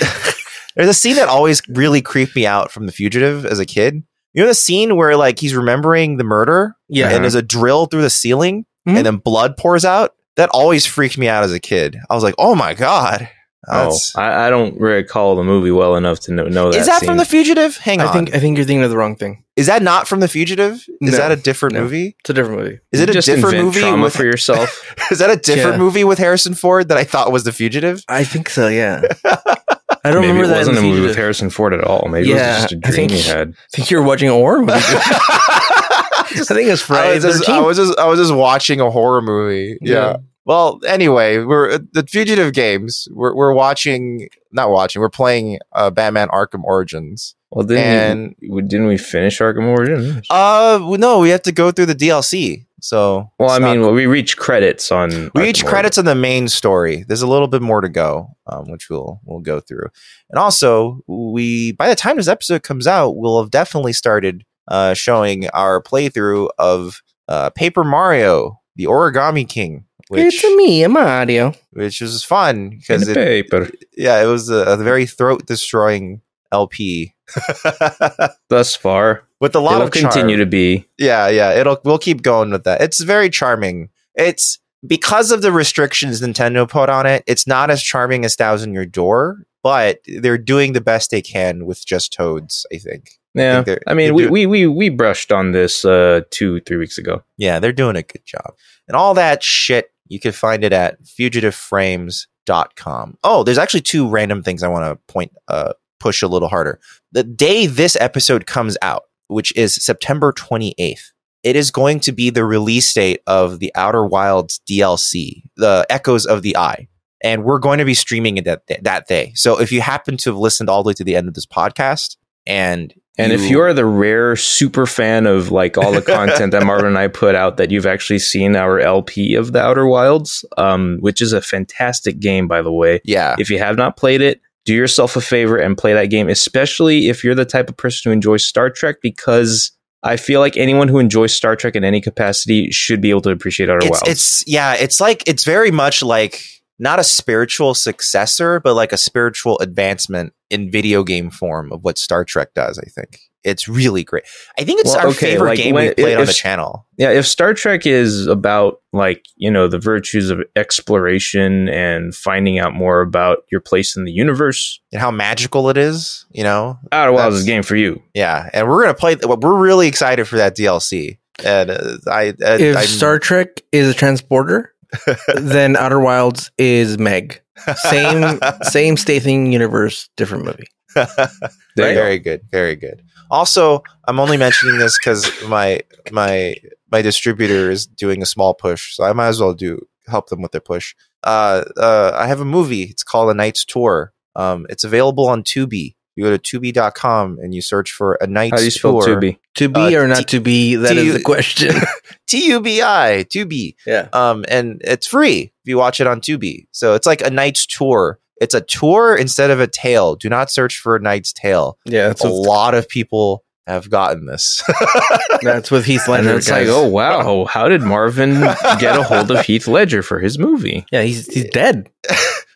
there's a scene that always really creeped me out from The Fugitive as a kid. You know the scene where like he's remembering the murder
Yeah.
and there's a drill through the ceiling
Hmm?
Mhm.
and then blood pours out? That always freaked me out as a kid. I was like, "Oh my god."
Oh,
That's-
I, I don't recall the movie well enough to know, know that.
is that
scene.
from The Fugitive? Hang on.
I think I think you're thinking of the wrong thing.
is that not from The Fugitive?
No.
Is that a different
No.
movie?
It's a different movie.
Is it a
Just
different
invent
movie?
Trauma
with-
for yourself.
is that a different
Yeah.
movie with Harrison Ford that I thought was The Fugitive?
I think so. Yeah. I don't
Maybe
remember
it
that.
wasn't a
in
movie with
Fugitive.
Harrison Ford at all. Maybe
Yeah,
it was just a
I
dream
think-
you had.
I think you're watching a horror movie. I think it's
I
Friday
was,
the
just, I
13th.
was just I was just watching a horror movie. Yeah.
Yeah.
Well, anyway, we're uh, the Fugitive Games. We're we're watching, not watching. We're playing uh, Batman Arkham Origins.
Well, didn't
And-
we, we- didn't we finish Arkham Origins?
Uh, well, no, we have to go through the DLC. So,
well, I
it's not-
mean, well, we reach credits on.
we
Arkham
each credits on the main story. There's a little bit more to go, um, which we'll we'll go through. And also, we by the time this episode comes out, we'll have definitely started uh, showing our playthrough of uh, Paper Mario: The Origami King, which
me, I'm audio.
which was fun
Origins.
because
In
it,
the paper.
yeah, it was a, a very throat destroying LP
Thus far,
with a
it
lot
will
of charm.
continue to be.
Yeah, yeah. It'll we'll keep going with that. It's very charming. It's because of the restrictions Nintendo put on it, it's not as charming as Thousand Year Door, but they're doing the best they can with just toads, I think.
Yeah,
think they're-
I mean,
they're
we,
doing-
we we we brushed on this uh, two three weeks ago.
Yeah, they're doing a good job. And all that shit, you can find it at fugitiveframes.com. Oh, there's actually two random things I want to point uh push a little harder. The day this episode comes out, which is September 28th, it is going to be the release date of the Outer Wilds DLC, the Echoes of the Eye. And we're going to be streaming it that, that day. So if you happen to have listened all the way to the end of this podcast and
And if you are the rare super fan of like all the content that Marvin and I put out, that you've actually seen our LP of the Outer Wilds, um, which is a fantastic game, by the way.
yeah,
If you have not played it, do yourself a favor and play that game, especially if you're the type of person who enjoys Star Trek, because I feel like anyone who enjoys Star Trek in any capacity should be able to appreciate Outer
it's,
Wilds.
It's yeah, it's like it's very much like not a spiritual successor, but like a spiritual advancement in video game form of what Star Trek does. I think it's really great. I think it's
Well,
our
okay,
favorite
like,
game
when-
we played
if-
on the
if-
channel.
yeah, if Star Trek is about like, you know, the virtues of exploration and finding out more about your place in the universe,
And how magical it is, you know?
Outer Wilds
That's-
is a game for you.
Yeah, and we're gonna play. We're really excited for that DLC. And uh, I, uh,
If
I'm-
Star Trek is a transporter, then Outer Wilds is Meg. Same, same stathing universe, different movie.
There you go.
very good, very good. Also, I'm only mentioning this because my my my distributor is doing a small push, so I might as well do help them with their push. Uh, uh, I have a movie. It's called A Night's Tour. Um, it's available on Tubi. You go to tubi.com and you search for A Night's
How do you spell
Tour.
Tubi?
To be
Uh,
or not to be, that
do
is
you-
the question.
T U B I, Tubi.
yeah.
Um, and it's free if you watch it on Tubi. So it's like A Night's Tour. It's a tour instead of a tale. Do not search for A Night's Tale.
Yeah, that's
a
with,
lot of people have gotten this.
that's with Heath
And
Ledger.
it's like,
guys.
oh wow, how did Marvin get a hold of Heath Ledger for his movie?
yeah, he's he's dead.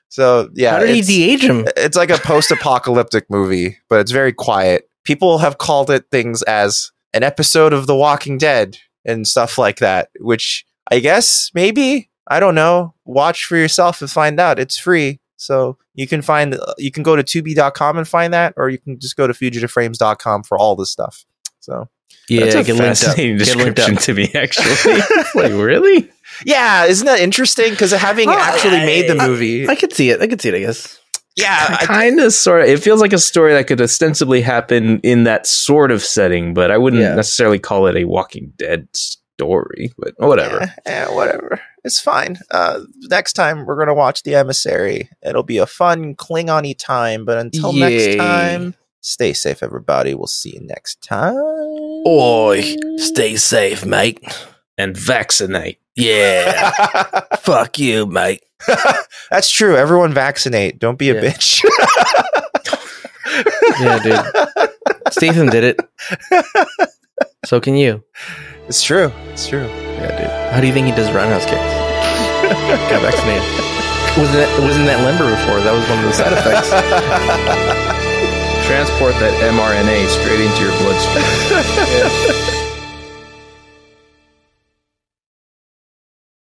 so yeah,
How did he
it's,
de-age him?
it's like a post-apocalyptic movie, but it's very quiet. People have called it things as an episode of The Walking Dead and stuff like that, which I guess maybe I don't know. Watch for yourself and find out. It's free. So you can find you can go to tubi.com and find that, or you can just go to fugitiveframes.com for all this stuff. So
Yeah,
That's a
get linked up.
fascinating
Get linked
description
up.
to me. Actually, It's like really,
yeah, isn't that interesting? Because having
Oh,
actually made the
I-
movie,
I could see it. I could see it. I guess.
yeah, I-
kind of, sort of. It feels like a story that could ostensibly happen in that sort of setting, but I wouldn't
Yeah.
necessarily call it a Walking Dead story. But whatever.
Yeah, Eh, whatever. It's fine. Uh, next time we're gonna watch The Emissary. It'll be a fun Klingon-y time. But until
Yay.
next time, stay safe, everybody. We'll see you next time.
Oi, stay safe, mate.
And vaccinate.
Yeah, fuck you, mate.
That's true. Everyone vaccinate. Don't be a
Yeah.
bitch.
Yeah, dude. Statham did it. So can you.
It's true. It's true.
Yeah, dude. How do you think he does roundhouse kicks? Got vaccinated. Wasn't that, wasn't that limber before? That was one of the side effects.
Transport that mRNA straight into your bloodstream.